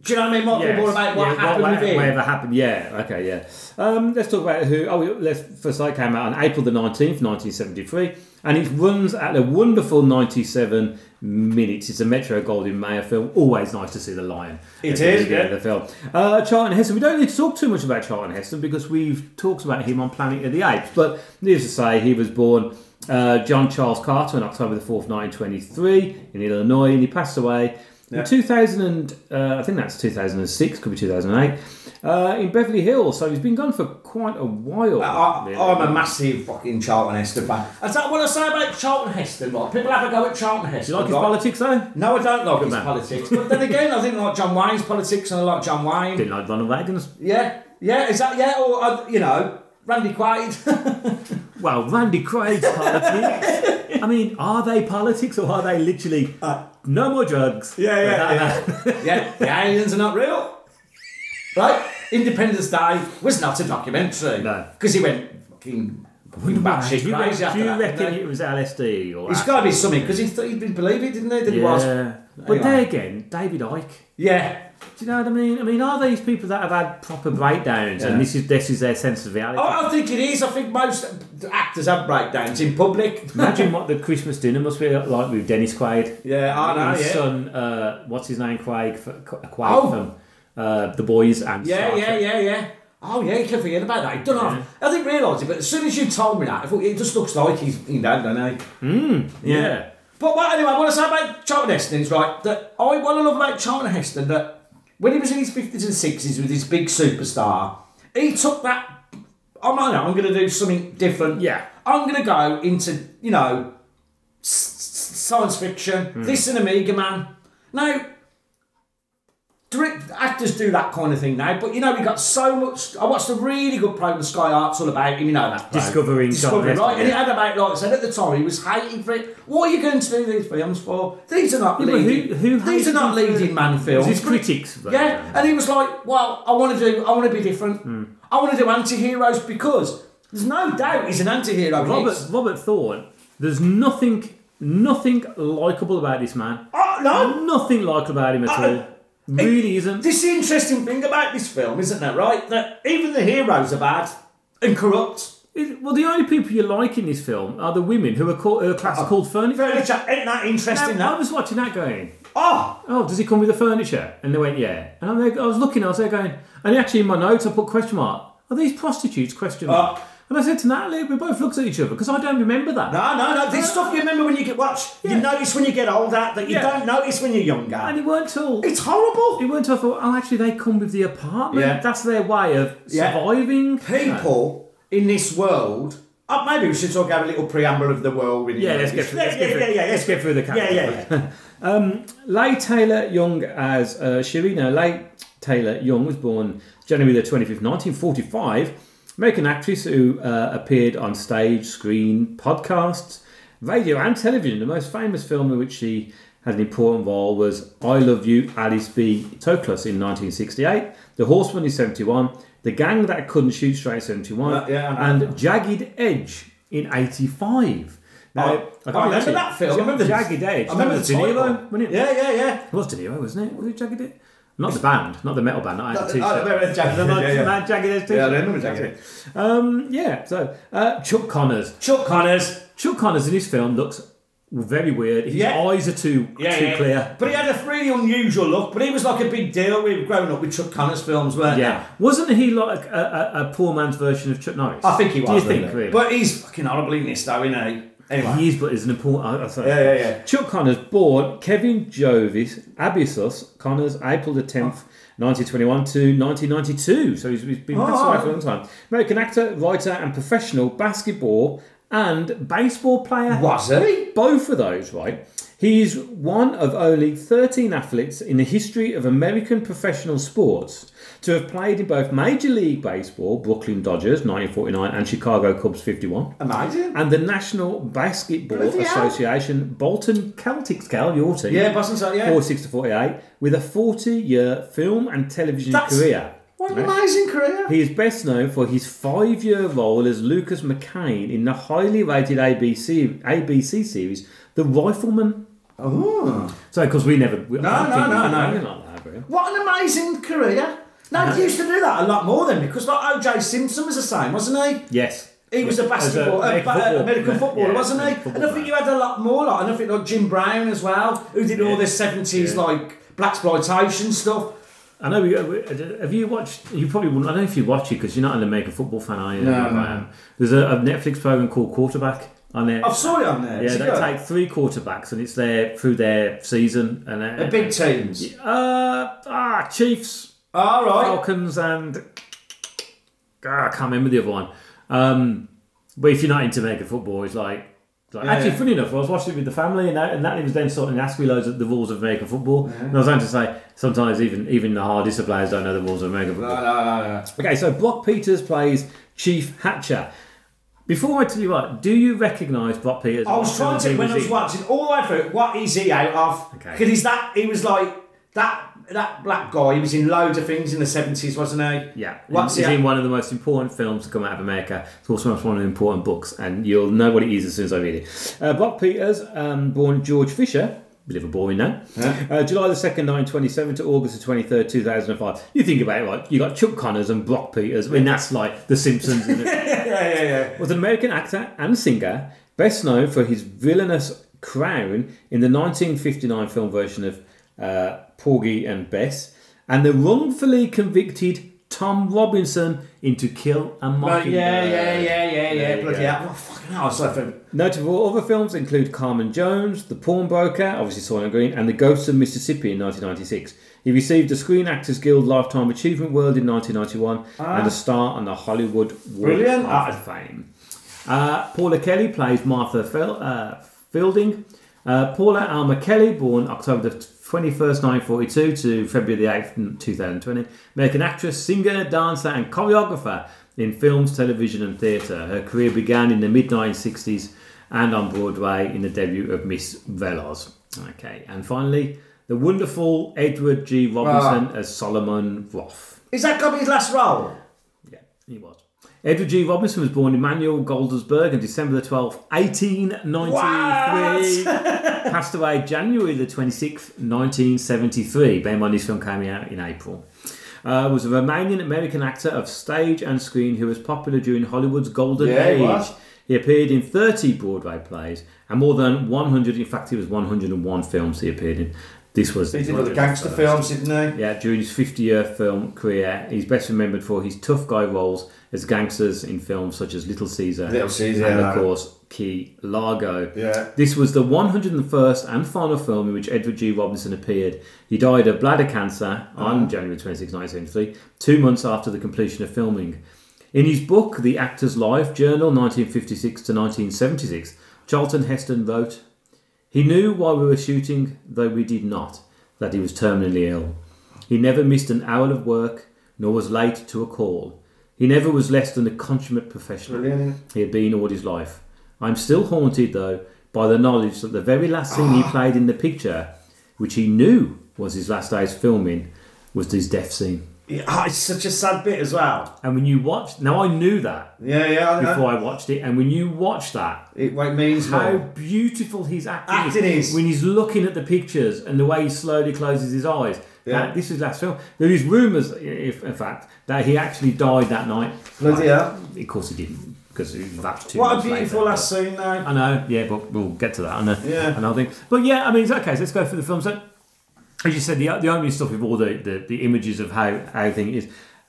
Speaker 12: Do you know what I mean? Might be more about what
Speaker 11: yeah,
Speaker 12: happened
Speaker 11: what-
Speaker 12: with it.
Speaker 11: Whatever happened, yeah. Okay, yeah. Um, let's talk about who. Oh, let's first. I came out on April the nineteenth, nineteen seventy-three, and it runs at a wonderful ninety-seven minutes. It's a Metro Golden Mayer film. Always nice to see the lion.
Speaker 12: It
Speaker 11: at the
Speaker 12: is,
Speaker 11: beginning of
Speaker 12: yeah.
Speaker 11: The film. Uh, Charlton Heston. We don't need to talk too much about Charlton Heston because we've talked about him on Planet of the Apes. But needless to say, he was born. Uh, John Charles Carter on October the 4th, 1923, in Illinois, and he passed away in
Speaker 12: Yeah.
Speaker 11: 2000, and, uh, I think that's 2006, could be 2008, uh, in Beverly Hills. So he's been gone for quite a while.
Speaker 12: I, I'm a massive fucking Charlton Heston fan. Is that what I say about Charlton Heston? What people have a go at Charlton Heston?
Speaker 11: like his
Speaker 12: right?
Speaker 11: politics, though?
Speaker 12: No, I don't like his
Speaker 11: man.
Speaker 12: politics. But then again, I didn't like John Wayne's politics, and I like John Wayne.
Speaker 11: Didn't like Ronald Reagan's.
Speaker 12: Yeah, yeah, is that yeah? Or uh, you know, Randy Quaid. <laughs>
Speaker 11: Well, Randy Craig's politics. I mean, are they politics or are they literally
Speaker 12: Uh,
Speaker 11: no more drugs?
Speaker 12: yeah, yeah. The aliens are not real, right? Independence Day was not a documentary. No, because he went fucking batshit
Speaker 11: Do you, reckon,
Speaker 12: crazy after
Speaker 11: do you
Speaker 12: that.
Speaker 11: reckon
Speaker 12: didn't he?
Speaker 11: it was LSD or?
Speaker 12: It's got to be something because he th- he didn't believe it, didn't he? That he was.
Speaker 11: Yeah. But
Speaker 12: Anyway.
Speaker 11: there again, David Icke.
Speaker 12: Yeah.
Speaker 11: Do you know what I mean? I mean, are these people that have had proper breakdowns
Speaker 12: Yeah.
Speaker 11: and this is this is their sense of reality?
Speaker 12: I, I think it is. I think most actors have breakdowns in public.
Speaker 11: Imagine what the Christmas dinner must be like with Dennis Quaid.
Speaker 12: <laughs> Yeah, I know,
Speaker 11: His
Speaker 12: yeah.
Speaker 11: son, uh, what's his name, Quaid, Qu- Quaid
Speaker 12: Oh.
Speaker 11: from uh, The Boys and
Speaker 12: Yeah,
Speaker 11: Star
Speaker 12: yeah,
Speaker 11: Trek.
Speaker 12: yeah, yeah. Oh yeah, you can forget about that. I don't know. I didn't realise it, but as soon as you told me that, I thought it just looks like he's in that, doesn't he?
Speaker 11: Mm, yeah.
Speaker 12: But what, anyway, what I say about Charlton Heston is right that I what I love about Charlton Heston that when he was in his fifties and sixties with his big superstar, he took that. I'm not. I'm going to do something different. Yeah. I'm going to go into you know s- s- science fiction.
Speaker 11: Hmm.
Speaker 12: This and Omega Man. Now, direct actors do that kind of thing now, but you know we got so much. I watched a really good program, Sky Arts, all about him. You know that. program.
Speaker 11: Discovering
Speaker 12: Discovering,
Speaker 11: Charlton
Speaker 12: right? And it
Speaker 11: Heston,
Speaker 12: had about like I said at the time, he was hating for it. What are you going to do these films for? These are not
Speaker 11: Yeah, but
Speaker 12: leading.
Speaker 11: who, who
Speaker 12: these are not leading man
Speaker 11: It was
Speaker 12: films.
Speaker 11: His critics. though. Hmm.
Speaker 12: yeah, and he was like, "Well, I want to do. I want to be different. I want to do anti-heroes because there's no doubt he's an anti-hero.
Speaker 11: Robert
Speaker 12: Hicks.
Speaker 11: Robert Thorne. There's nothing nothing likable about this man.
Speaker 12: Oh no,
Speaker 11: nothing likable about him at all. Really isn't.
Speaker 12: This is the interesting thing about this film, isn't it? Right, that even the heroes are bad and corrupt.
Speaker 11: It- well, the only people you like in this film are the women who are, called, who are class- called furniture.
Speaker 12: Furniture, ain't that interesting?
Speaker 11: Now, I was watching that going,
Speaker 12: oh,
Speaker 11: oh, does it come with the furniture? And they went, yeah. And I'm there, I was looking, I was there going, and actually in my notes I put question mark. Are these prostitutes? Question mark.
Speaker 12: Uh,
Speaker 11: and I said to Natalie, we both looked at each other because I don't remember that.
Speaker 12: Oh. No, no, no. This stuff you remember when you get watch. You notice when you get older that you
Speaker 11: Yeah.
Speaker 12: don't notice when you're younger.
Speaker 11: And it weren't till
Speaker 12: it's horrible.
Speaker 11: It weren't till I thought, oh, actually they come with the apartment.
Speaker 12: Yeah.
Speaker 11: That's their way of surviving.
Speaker 12: People in this world. Uh, maybe we should talk about a little preamble of the world. In
Speaker 11: Yeah, let's get through-
Speaker 12: yeah,
Speaker 11: let's get
Speaker 12: yeah,
Speaker 11: through-
Speaker 12: yeah, yeah,
Speaker 11: let's get through the
Speaker 12: Yeah, yeah, yeah. <laughs>
Speaker 11: Um, Leigh Taylor Young as uh, Shiri. Now, Leigh Taylor Young was born January the 25th, 1945. American actress who uh, appeared on stage, screen, podcasts, radio, and television. The most famous film in which she had an important role was I Love You, Alice B. Toklas in 1968, The Horseman in 71, The Gang That Couldn't Shoot Straight 71,
Speaker 12: Uh, yeah, I
Speaker 11: and
Speaker 12: remember.
Speaker 11: Jagged Edge in 85. Now,
Speaker 12: Oh,
Speaker 11: can't
Speaker 12: I remember
Speaker 11: remember
Speaker 12: that film. I
Speaker 11: Yeah,
Speaker 12: remember the-
Speaker 11: Jagged Edge.
Speaker 12: I remember
Speaker 11: That was
Speaker 12: the
Speaker 11: De
Speaker 12: title.
Speaker 11: Niro, wasn't it?
Speaker 12: Yeah, yeah, yeah.
Speaker 11: It was De Niro, wasn't it? Was it Jagged Edge? Not the band, not the metal band. I had
Speaker 12: No,
Speaker 11: the t-shirt.
Speaker 12: I remember the Jagged
Speaker 11: The
Speaker 12: Edge,
Speaker 11: man-
Speaker 12: yeah, yeah.
Speaker 11: man Jagged Edge t-shirt.
Speaker 12: Yeah, I remember Jagged Edge.
Speaker 11: Um, yeah. So uh, Chuck Connors.
Speaker 12: Chuck Connors.
Speaker 11: Chuck Connors in his film looks very weird. His
Speaker 12: Yeah.
Speaker 11: eyes are too too clear.
Speaker 12: But he had a really unusual look. But he was like a big deal. We were growing up with Chuck Connors films, weren't
Speaker 11: Yeah. Wasn't he like a, a, a poor man's version of Chuck Norris?
Speaker 12: they? I think he was.
Speaker 11: Do you think?
Speaker 12: really.
Speaker 11: Really?
Speaker 12: But he's fucking horrible in this, though, isn't he? Anyway.
Speaker 11: He is, but is an important. I- I sorry.
Speaker 12: Yeah, yeah, yeah.
Speaker 11: Chuck Connors, born Kevin Jovis Abyssus Connors, April the 10th, 1921 to 1992. So he's, he's been
Speaker 12: Oh.
Speaker 11: passed away for a long time. American actor, writer, and professional basketball and baseball player.
Speaker 12: Was he?
Speaker 11: Both of those, right? He's one of only 13 athletes in the history of American professional sports to have played in both Major League Baseball, Brooklyn Dodgers 1949, and Chicago Cubs 51.
Speaker 12: Amazing.
Speaker 11: And the National Basketball
Speaker 12: Bloody hell.
Speaker 11: Association, Bolton Celtics, Cal, your team.
Speaker 12: Yeah, Boston Celtics, yeah.
Speaker 11: 46 to 48, with a 40 year film and television
Speaker 12: That's-
Speaker 11: career.
Speaker 12: What an
Speaker 11: Right?
Speaker 12: amazing career.
Speaker 11: He is best known for his five year role as Lucas McCain in the highly rated ABC, ABC series, The Rifleman.
Speaker 12: Oh.
Speaker 11: So, because we never. We,
Speaker 12: No,
Speaker 11: I don't
Speaker 12: no,
Speaker 11: think we
Speaker 12: no,
Speaker 11: were
Speaker 12: no.
Speaker 11: hanging like that, were we?
Speaker 12: What an amazing career. Now,
Speaker 11: Uh-huh.
Speaker 12: he used to do that a lot more then because like OJ Simpson was the same, wasn't
Speaker 11: Yes.
Speaker 12: he? He was a
Speaker 11: As
Speaker 12: basketball, a,
Speaker 11: American
Speaker 12: ba-
Speaker 11: football-
Speaker 12: American
Speaker 11: yeah,
Speaker 12: footballer,
Speaker 11: yeah,
Speaker 12: wasn't he?
Speaker 11: American football
Speaker 12: and I think you had a lot more, like, and I think like Jim Brown as well, who did all this 70s like black exploitation stuff.
Speaker 11: I know. we- we- Have you watched? You probably wouldn't. I don't know if you watch it because you're not an American football fan, are you?
Speaker 12: No,
Speaker 11: I
Speaker 12: no.
Speaker 11: am. There's a, a Netflix program called Quarterback on it.
Speaker 12: I've saw it on there.
Speaker 11: Yeah,
Speaker 12: Oh, Is it
Speaker 11: they
Speaker 12: good?
Speaker 11: take three quarterbacks and it's their through their season and uh,
Speaker 12: They're big teams.
Speaker 11: Uh, ah, Chiefs,
Speaker 12: All right.
Speaker 11: Oh, Falcons, and ah, I can't remember the other one. Um, but if you're not into American football, it's like. it's like-
Speaker 12: Yeah,
Speaker 11: actually,
Speaker 12: yeah.
Speaker 11: funny enough, I was watching it with the family, and that, and that was then sort of asking me loads of the rules of American football. And I was going to say sometimes even even the hardest of players don't know the rules of American football. Okay, so Brock Peters plays Chief Hatcher. Before I tell you what, do you recognise Brock Peters?
Speaker 12: I was
Speaker 11: What film
Speaker 12: trying to
Speaker 11: he
Speaker 12: when I was
Speaker 11: in?
Speaker 12: watching all the way through. What is he out of?
Speaker 11: Okay.
Speaker 12: Because he's that he was like that that black guy. He was in loads of things in the seventies, wasn't he?
Speaker 11: Yeah,
Speaker 12: What's
Speaker 11: he's
Speaker 12: he-
Speaker 11: in one of the most important films to come out of America. It's also one of the important books, and you'll know what it is as soon as I read it. Uh, Brock Peters, um, born George Fisher, bit of a boring name, uh, July the 2nd, 1927 to August the 23rd, 2005. You think about it, right? you got Chuck Connors and Brock Peters, I mean, that's like The Simpsons. and the-
Speaker 12: <laughs> yeah, yeah, yeah.
Speaker 11: was an American actor and singer, best known for his villainous crown in the 1959 film version of uh, Porgy and Bess, and the wrongfully convicted Tom Robinson in To Kill a
Speaker 12: But
Speaker 11: Mockingbird.
Speaker 12: yeah, yeah, yeah, yeah,
Speaker 11: There
Speaker 12: yeah.
Speaker 11: you
Speaker 12: Bloody
Speaker 11: go.
Speaker 12: hell! Oh, fucking hell! I was like,
Speaker 11: Notable other films include Carmen Jones, The Pawnbroker, obviously Soylent Green, and The Ghosts of Mississippi in 1996. He received the Screen Actors Guild Lifetime Achievement Award in 1991
Speaker 12: Ah.
Speaker 11: and a star on the Hollywood Walk
Speaker 12: Brilliant.
Speaker 11: of
Speaker 12: Ah.
Speaker 11: Fame. Uh, Paula Kelly plays Martha Fel- uh, Fielding. Uh, Paula Alma Kelly, born October the 21st, 1942 to February the 8th, 2020, American actress, singer, dancer, and choreographer in films, television, and theatre. Her career began in the mid 1960s and on Broadway in the debut of Miss Veloz. Okay, and finally, the wonderful Edward G. Robinson as Solomon Roth.
Speaker 12: is that gonna be his last role?
Speaker 11: He was. Edward G. Robinson was born in Manuel Goldersburg on December the 12th, 1893.
Speaker 12: <laughs>
Speaker 11: Passed away January the 26th, 1973. Bear in mind, this film came out in April. Uh, was a Romanian American actor of stage and screen who was popular during Hollywood's golden
Speaker 12: Yeah, he
Speaker 11: age.
Speaker 12: was.
Speaker 11: He appeared in 30 Broadway plays and more than 100, in fact, it was 101 films he appeared in. This was
Speaker 12: He did
Speaker 11: one
Speaker 12: all the
Speaker 11: of
Speaker 12: gangster
Speaker 11: first.
Speaker 12: films, didn't
Speaker 11: Yeah, during his 50 year film career, he's best remembered for his tough guy roles as gangsters in films such as Little Caesar,
Speaker 12: Little Caesar,
Speaker 11: and
Speaker 12: yeah.
Speaker 11: of course, Key Largo.
Speaker 12: Yeah.
Speaker 11: This was the 101st and final film in which Edward G. Robinson appeared. He died of bladder cancer
Speaker 12: Oh.
Speaker 11: on January 26, 1973, two months after the completion of filming. In his book, The Actor's Life Journal, 1956 to 1976, Charlton Heston wrote, He knew while we were shooting, though we did not, that he was terminally ill. He never missed an hour of work, nor was late to a call. He never was less than a consummate professional
Speaker 12: Brilliant.
Speaker 11: he had been all his life. I'm still haunted, though, by the knowledge that the very last thing he played in the picture, which he knew was his last day's filming, was his death scene.
Speaker 12: he? Ah, it's such a sad bit as well.
Speaker 11: And when you watch, now I knew that.
Speaker 12: Yeah, yeah. I know.
Speaker 11: Before I watched it, and when you watch that,
Speaker 12: it, it means
Speaker 11: how
Speaker 12: more.
Speaker 11: beautiful his acting,
Speaker 12: Acting is.
Speaker 11: When he's looking at the pictures and the way he slowly closes his eyes.
Speaker 12: Yeah.
Speaker 11: That, this is last film. There is rumours, if in fact, that he actually died that night.
Speaker 12: Bloody hell.
Speaker 11: Of course he didn't, because that's too.
Speaker 12: What a
Speaker 11: months later,
Speaker 12: beautiful
Speaker 11: but-
Speaker 12: last scene, though.
Speaker 11: I know, yeah, but we'll get to that uh, on a,
Speaker 12: Yeah.
Speaker 11: another thing. But yeah, I mean, it's okay, so let's go through the film. So, as you said, the, the only stuff with all the, the, the images of how, how thing is.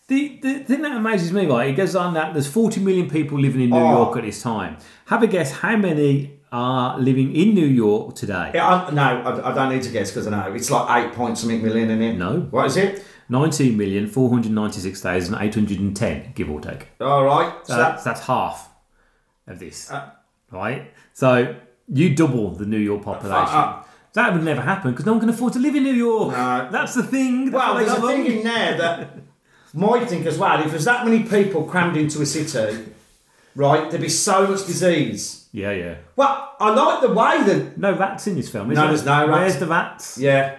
Speaker 11: The, the thing that amazes me, right, it goes on that there's 40 million people living in New
Speaker 12: Oh.
Speaker 11: York at this time. Have a guess how many are living in New York today?
Speaker 12: Yeah, I, no, I, I don't need to guess because I know it's like eight point something million in it.
Speaker 11: No.
Speaker 12: What is it?
Speaker 11: 19,496,810, give or take.
Speaker 12: All right. So
Speaker 11: So
Speaker 12: that,
Speaker 11: Uh, that's, that's half of this,
Speaker 12: Uh,
Speaker 11: right? So you double the New York population.
Speaker 12: uh,
Speaker 11: that would never happen because no one can afford to live in New York. that's the thing. That's
Speaker 12: well,
Speaker 11: what they
Speaker 12: there's a
Speaker 11: got
Speaker 12: thing
Speaker 11: wrong.
Speaker 12: in there that my think as well. If there's that many people crammed into a city, right, there'd be so much disease.
Speaker 11: Yeah, yeah.
Speaker 12: Well, I like the way that
Speaker 11: No rats in this film. Is
Speaker 12: No,
Speaker 11: there?
Speaker 12: there's no rats.
Speaker 11: Where's the rats?
Speaker 12: yeah.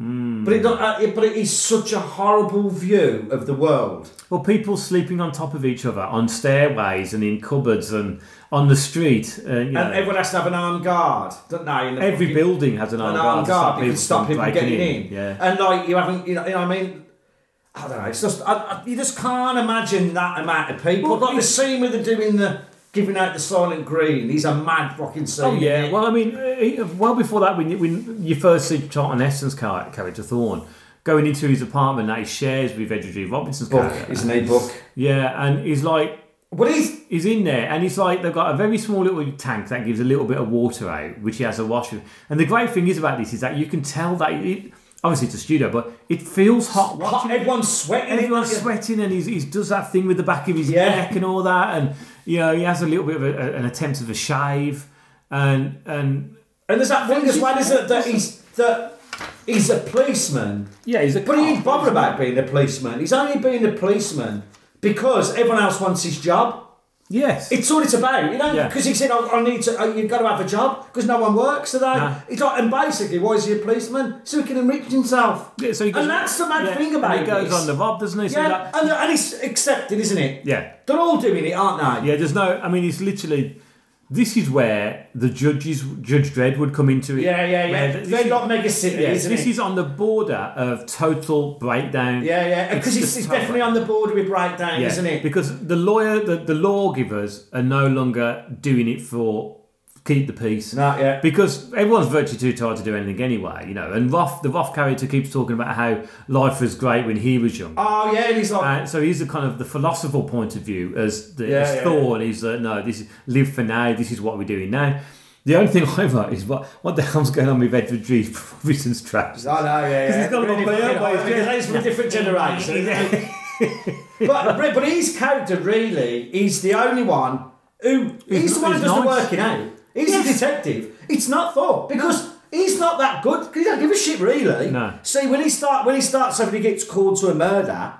Speaker 11: Hmm.
Speaker 12: But it, don't- uh, it but it is such a horrible view of the world.
Speaker 11: Well, people sleeping on top of each other on stairways and in cupboards and on the street. Uh, you know,
Speaker 12: And everyone has to have an armed guard, don't they? in the
Speaker 11: every
Speaker 12: fucking-
Speaker 11: building has an
Speaker 12: an
Speaker 11: armed guard,
Speaker 12: armed
Speaker 11: to stop
Speaker 12: guard. It
Speaker 11: people
Speaker 12: could stop
Speaker 11: from
Speaker 12: people
Speaker 11: breaking
Speaker 12: getting in. Oh,
Speaker 11: Yeah.
Speaker 12: And like you haven't, you know, you know what I mean. I don't know. It's just I, I, you just can't imagine that amount of people.
Speaker 11: Well,
Speaker 12: like the
Speaker 11: it's-
Speaker 12: scene with the doing the giving out the silent green. He's a mad fucking scene.
Speaker 11: Oh yeah.
Speaker 12: isn't it?
Speaker 11: Well, I mean, eh, well before that, when you, when you first see Charlton Heston's char- character Thorne going into his apartment that he shares with Edward G. Robinson's
Speaker 12: book
Speaker 11: character,
Speaker 12: isn't he? Book.
Speaker 11: yeah, and he's like,
Speaker 12: But he's
Speaker 11: he's in there, and he's like, they've got a very small little tank that gives a little bit of water out, which he has a wash with. And the great thing is about this is that you can tell that it, obviously it's a studio, but it feels hot.
Speaker 12: hot,
Speaker 11: watching it.
Speaker 12: everyone's sweating. isn't
Speaker 11: Everyone's
Speaker 12: it?
Speaker 11: sweating, and he's, he's does that thing with the back of his
Speaker 12: Yeah.
Speaker 11: neck and all that, and you know he has a little bit of a, a- an attempt of a shave, and and
Speaker 12: And there's that thing as well is that, that he's that he's a policeman.
Speaker 11: yeah, he's a
Speaker 12: But he ain't bothered about being a policeman. He's only being a policeman because everyone else wants his job.
Speaker 11: Yes,
Speaker 12: It's all it's about, you know,
Speaker 11: Yeah.
Speaker 12: because he said, oh, I need to, oh, you've got to have a job because no one works today.
Speaker 11: Nah.
Speaker 12: It's like, and basically, why is he a policeman? So he can enrich himself.
Speaker 11: Yeah, so he goes-
Speaker 12: and that's the mad
Speaker 11: yeah,
Speaker 12: thing about
Speaker 11: and he goes
Speaker 12: this.
Speaker 11: on the rob, doesn't he? So
Speaker 12: yeah,
Speaker 11: that-
Speaker 12: and, and it's accepted, isn't it?
Speaker 11: yeah,
Speaker 12: They're all doing it, aren't they?
Speaker 11: yeah. There's no. I mean, it's literally. This is where the judges, Judge Dredd, would come into it.
Speaker 12: Yeah, yeah, yeah.
Speaker 11: Where th- this
Speaker 12: They're
Speaker 11: is-
Speaker 12: not mega cities,
Speaker 11: Yeah,
Speaker 12: isn't
Speaker 11: this
Speaker 12: it?
Speaker 11: is on the border of total breakdown.
Speaker 12: yeah, yeah.
Speaker 11: It's
Speaker 12: Because it's,
Speaker 11: just
Speaker 12: it's
Speaker 11: total
Speaker 12: definitely on the border with breakdown,
Speaker 11: Yeah,
Speaker 12: isn't it?
Speaker 11: Because the lawyer, the, the lawgivers are no longer doing it for keep the peace.
Speaker 12: No, yeah.
Speaker 11: Because everyone's virtually too tired to do anything anyway, you know. And Roth, the Roth character keeps talking about how life was great when he was young.
Speaker 12: oh, yeah, and he's like,
Speaker 11: Uh, so he's the kind of the philosophical point of view as the
Speaker 12: Yeah,
Speaker 11: as
Speaker 12: yeah,
Speaker 11: Thorne is that no, this is live for now. This is what we're doing now. The only thing <laughs> I wrote is what what the hell's going on with Edward G. Robinson's traps?
Speaker 12: I know, Oh, yeah.
Speaker 11: 'Cause
Speaker 12: yeah.
Speaker 11: he's got 'em
Speaker 12: Really
Speaker 11: on both
Speaker 12: fucking
Speaker 11: ways,
Speaker 12: hard, because he's from a <laughs> different generation.
Speaker 11: Yeah.
Speaker 12: <laughs> but but his character really is the only one who he's,
Speaker 11: He's-
Speaker 12: the one who
Speaker 11: he's
Speaker 12: does the
Speaker 11: nice.
Speaker 12: working out. He's the detective. It's not Thor because he's not that good. 'cause He don't give a shit really.
Speaker 11: No.
Speaker 12: See when he start when he starts having he gets called to a murder.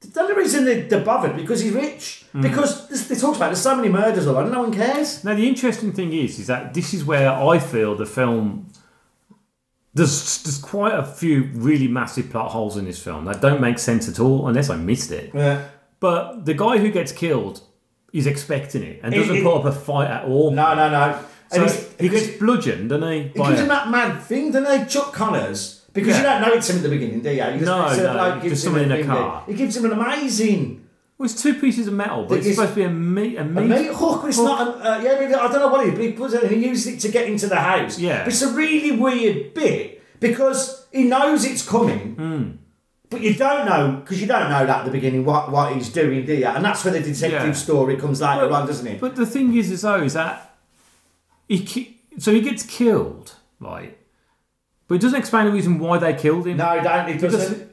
Speaker 12: The only reason they- they're bothered because he's rich.
Speaker 11: Hmm.
Speaker 12: Because this- they talk about there's so many murders all and no one cares.
Speaker 11: Now the interesting thing is, is that this is where I feel the film. There's there's quite a few really massive plot holes in this film that don't make sense at all unless I missed it.
Speaker 12: Yeah.
Speaker 11: But the guy who gets killed is expecting it and
Speaker 12: He-
Speaker 11: doesn't
Speaker 12: he-
Speaker 11: put up a fight at all. No, no,
Speaker 12: no.
Speaker 11: So
Speaker 12: And he's-
Speaker 11: he gets bludgeoned, doesn't he?
Speaker 12: It
Speaker 11: by
Speaker 12: gives
Speaker 11: a-
Speaker 12: him that mad thing, doesn't they? Chuck Connors. Because you
Speaker 11: Yeah.
Speaker 12: don't know it's him at the beginning, do you? you
Speaker 11: No,
Speaker 12: it's a
Speaker 11: no,
Speaker 12: bloke
Speaker 11: just
Speaker 12: gives him
Speaker 11: someone in a
Speaker 12: thing
Speaker 11: car.
Speaker 12: there. It gives him an amazing.
Speaker 11: Well, it's two pieces of metal, but it's supposed to be a meat, a
Speaker 12: A
Speaker 11: meat,
Speaker 12: meat hook, but it's not. An, uh, yeah, but I don't know what it is, but he puts it. He uses it to get into the house.
Speaker 11: Yeah.
Speaker 12: but it's a really weird bit because he knows it's coming,
Speaker 11: Hmm.
Speaker 12: but you don't know because you don't know that at the beginning what what he's doing, do you? And that's where the detective
Speaker 11: Yeah.
Speaker 12: story comes later on, doesn't it?
Speaker 11: But the thing is, is though, is that he ki- so he gets killed, right? But it doesn't explain the reason why they killed him. No,
Speaker 12: it don't. It doesn't.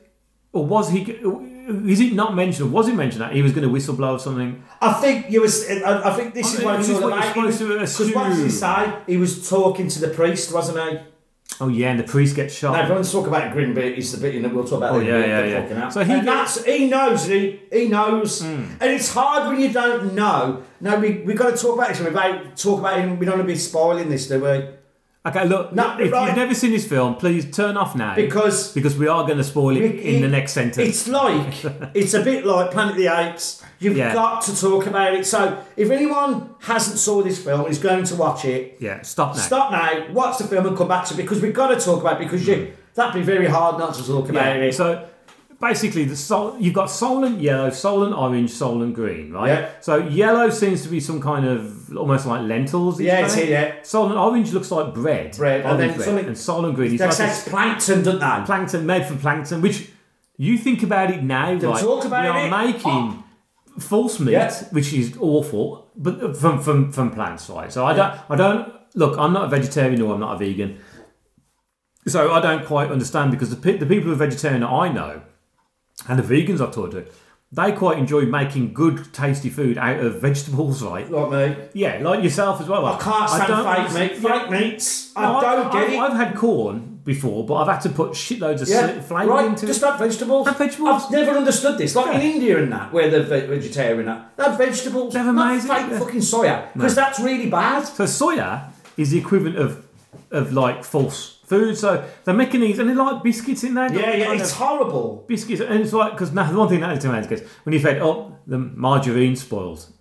Speaker 11: Or was he? Is it not mentioned? Or was it mentioned that he was going to whistleblow or something?
Speaker 12: I think you was. I I think this is
Speaker 11: I
Speaker 12: what
Speaker 11: think
Speaker 12: it's
Speaker 11: this is
Speaker 12: all
Speaker 11: what
Speaker 12: about.
Speaker 11: you're
Speaker 12: He was- 'cause what does he say? He was talking to the priest, wasn't he?
Speaker 11: Oh yeah, and the priest gets shot.
Speaker 12: No, everyone's talk about Grinby. It's the bit in that we'll talk about.
Speaker 11: Oh,
Speaker 12: later,
Speaker 11: yeah,
Speaker 12: the-
Speaker 11: yeah,
Speaker 12: the
Speaker 11: yeah.
Speaker 12: fucking app.
Speaker 11: So he Hmm.
Speaker 12: and that's he knows he he knows, and it's hard when you don't know. No, we we got to talk about this. We about talk about him. We don't want to be spoiling this, do we?
Speaker 11: Okay, look.
Speaker 12: No,
Speaker 11: If
Speaker 12: right.
Speaker 11: you've never seen this film, please turn off now
Speaker 12: Because-
Speaker 11: because we are going to spoil it
Speaker 12: We-
Speaker 11: in the next sentence.
Speaker 12: It's
Speaker 11: <laughs>
Speaker 12: like it's a bit like Planet of the Apes. You've
Speaker 11: Yeah.
Speaker 12: got to talk about it. So if anyone hasn't saw this film and is going to watch it,
Speaker 11: yeah, stop now.
Speaker 12: stop now, watch the film, and come back to it because we've got to talk about it because you that'd be very hard not to talk about
Speaker 11: Mm. Yeah,
Speaker 12: it.
Speaker 11: So basically, the sol- you've got Solent yellow, Solent orange, Solent green, right?
Speaker 12: Yeah.
Speaker 11: So yellow seems to be some kind of almost like lentils.
Speaker 12: Yeah, it's
Speaker 11: kind of-
Speaker 12: here, yeah.
Speaker 11: Solent orange looks like bread.
Speaker 12: Bread, and
Speaker 11: orange
Speaker 12: then something-
Speaker 11: and Solent green.
Speaker 12: They say plankton, don't they?
Speaker 11: Plankton made from plankton, which you think about it now,
Speaker 12: They
Speaker 11: right?
Speaker 12: talk about
Speaker 11: we
Speaker 12: it. Oh.
Speaker 11: are making false meat,
Speaker 12: Yeah.
Speaker 11: which is awful, but from from from plants, right? So I don't, I don't look. I'm not a vegetarian or I'm not a vegan, so I don't quite understand because the pe- the people who are vegetarian that I know and the vegans I've talked to, they quite enjoy making good, tasty food out of vegetables, right?
Speaker 12: Like me.
Speaker 11: Yeah, like yourself as well. I
Speaker 12: can't stand
Speaker 11: don't
Speaker 12: fake
Speaker 11: understand-
Speaker 12: meat.
Speaker 11: yeah.
Speaker 12: Fake meats. I
Speaker 11: No,
Speaker 12: don't get
Speaker 11: I've,
Speaker 12: it.
Speaker 11: I've had corn before, but I've had to put shitloads of
Speaker 12: Yeah,
Speaker 11: flavour
Speaker 12: right.
Speaker 11: into
Speaker 12: Just
Speaker 11: it.
Speaker 12: have vegetables.
Speaker 11: vegetables.
Speaker 12: I've never understood this. Like in India and that, where they're ve- vegetarian and that, they have vegetables. Never mind. Fake fucking soya, because
Speaker 11: No.
Speaker 12: that's really bad.
Speaker 11: So soya is the equivalent of of like false food. So they're making these, and they like biscuits in there. don't
Speaker 12: Yeah,
Speaker 11: they?
Speaker 12: yeah,
Speaker 11: Kind
Speaker 12: it's
Speaker 11: of
Speaker 12: horrible.
Speaker 11: Biscuits, and it's like because now the one thing that Little Man gets when he fed up, the margarine spoils,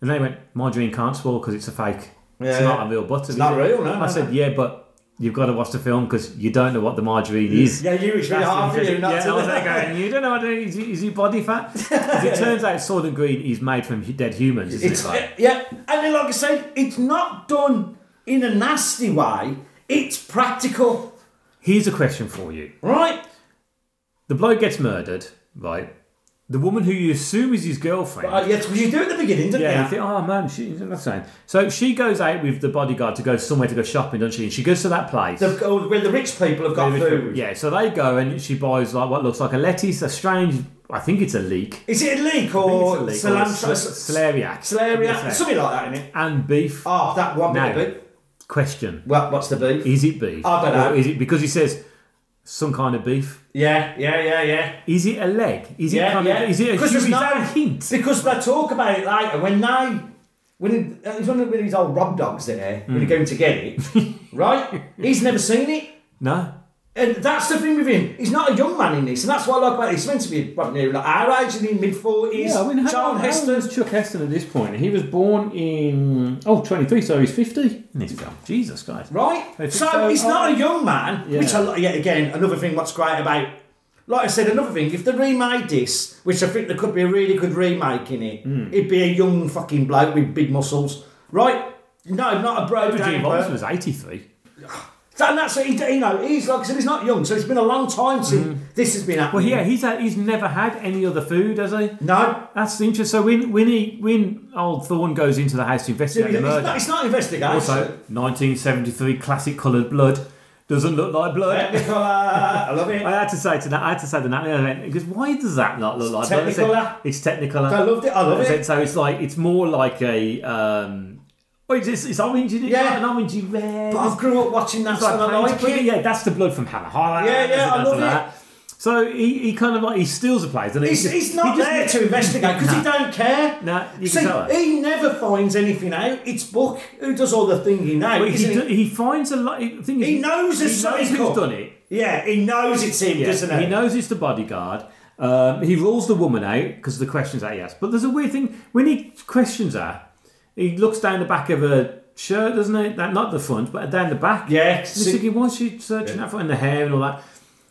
Speaker 11: and they went margarine can't spoil because it's a fake. it's
Speaker 12: Yeah.
Speaker 11: not a real butter. is
Speaker 12: not
Speaker 11: it?"
Speaker 12: real, no,
Speaker 11: I
Speaker 12: no,
Speaker 11: said, yeah, but you've got to watch the film because you don't know what the margarine is.
Speaker 12: Yeah, you it's really
Speaker 11: That's
Speaker 12: hard for you
Speaker 11: interesting.
Speaker 12: not
Speaker 11: yeah,
Speaker 12: to
Speaker 11: I
Speaker 12: <laughs>
Speaker 11: was like going, you don't know what it is. Is he body fat? 'Cause it turns out soil and green is made from hu- dead humans. Isn't
Speaker 12: It's
Speaker 11: it? Like,
Speaker 12: yeah, and then, like I said, it's not done in a nasty way. It's practical,
Speaker 11: here's a question for you.
Speaker 12: right?
Speaker 11: The bloke gets murdered, right? The woman who you assume is his girlfriend.
Speaker 12: Uh, yeah, because you do it at the beginning, don't
Speaker 11: yeah, you
Speaker 12: you?
Speaker 11: think, oh man, she, that's fine. So she goes out with the bodyguard to go somewhere to go shopping, doesn't she? And she goes to that place.
Speaker 12: The- oh, where the rich people have got food.
Speaker 11: Yeah, so they go and she buys like what looks like a lettuce, a strange, I think it's a leek.
Speaker 12: Is it a leek
Speaker 11: I
Speaker 12: or
Speaker 11: think it's a leek or
Speaker 12: cilantro?
Speaker 11: a s- celeriac.
Speaker 12: Celeriac, something like that, innit?
Speaker 11: And beef.
Speaker 12: Oh, that one
Speaker 11: Now,
Speaker 12: bit of beef.
Speaker 11: Question.
Speaker 12: What, what's the beef?
Speaker 11: Is it beef?
Speaker 12: I don't know.
Speaker 11: Or is it because he says some kind of beef?
Speaker 12: Yeah, yeah, yeah, yeah.
Speaker 11: Is it a leg? Is it
Speaker 12: yeah,
Speaker 11: kind
Speaker 12: yeah.
Speaker 11: of? Is it a
Speaker 12: Because there's
Speaker 11: huge-
Speaker 12: no hint. Because they talk about it later when they. When he, he's one of these old rob dogs there, when they
Speaker 11: Mm.
Speaker 12: go to
Speaker 11: <laughs>
Speaker 12: get it, right? He's never seen it.
Speaker 11: No.
Speaker 12: And that's the thing with him. He's not a young man in this, and that's what I like about it. He's meant to be probably near like our age, in the mid 40s.
Speaker 11: Yeah, I mean, how,
Speaker 12: Charles
Speaker 11: how old
Speaker 12: Heston.
Speaker 11: is Chuck Heston at this point? He was born in oh 23, so he's 50 in this film. Jesus Christ.
Speaker 12: Right?
Speaker 11: think
Speaker 12: So,
Speaker 11: so.
Speaker 12: he's not
Speaker 11: Oh.
Speaker 12: a young man,
Speaker 11: Yeah.
Speaker 12: which I li- yet again, another thing what's great about like I said, another thing, if they remade this, which I think there could be a really good remake in it,
Speaker 11: Hmm.
Speaker 12: it'd be a young fucking bloke with big muscles. Right? No, not a bro.
Speaker 11: Gene Robinson was 83.
Speaker 12: And that's it, he- you know, he's like I said, he's not young, so it's been a long time since this has been
Speaker 11: Hmm. Well,
Speaker 12: happening.
Speaker 11: yeah, he's had, he's never had any other food, has he?
Speaker 12: No.
Speaker 11: That's the interest. So when when he when old Thorne goes into the house to investigate
Speaker 12: It's
Speaker 11: the murder,
Speaker 12: not, it's not investigation.
Speaker 11: also 1973 classic coloured blood doesn't look like blood.
Speaker 12: Technicolor, I love it.
Speaker 11: I had to say to that. I had to say to that because why does that not look like blood? I said,
Speaker 12: Technicolor.
Speaker 11: It's technical.
Speaker 12: I loved it, I love
Speaker 11: said,
Speaker 12: it.
Speaker 11: So it's like it's more like a. Um, Oh, it's, it's, it's orange, isn't it?
Speaker 12: Yeah.
Speaker 11: Like an orangey red.
Speaker 12: But I grew up watching that,
Speaker 11: It's
Speaker 12: so I
Speaker 11: paint,
Speaker 12: like
Speaker 11: but
Speaker 12: it.
Speaker 11: Yeah, that's the blood from Hannah Highland.
Speaker 12: Yeah, yeah, I love
Speaker 11: So he, he kind of like he steals the place, and
Speaker 12: He's, he's not there to investigate because he don't care.
Speaker 11: No, you
Speaker 12: See,
Speaker 11: can tell that.
Speaker 12: he never finds anything out. It's Book who does all the thinking now.
Speaker 11: Well, he
Speaker 12: isn't
Speaker 11: do- he finds a lot. He,
Speaker 12: He knows
Speaker 11: he
Speaker 12: it's
Speaker 11: knows
Speaker 12: something
Speaker 11: who's
Speaker 12: up.
Speaker 11: done it.
Speaker 12: Yeah, he knows it's him,
Speaker 11: Yeah,
Speaker 12: doesn't he?
Speaker 11: knows it's the bodyguard, Um, he rules the woman out because of the questions that he asks. But there's a weird thing when he questions her, he looks down the back of her shirt, doesn't he? That not the front, but down the back. Yeah.
Speaker 12: see-
Speaker 11: thinking, why is she searching that for and the hair and all that?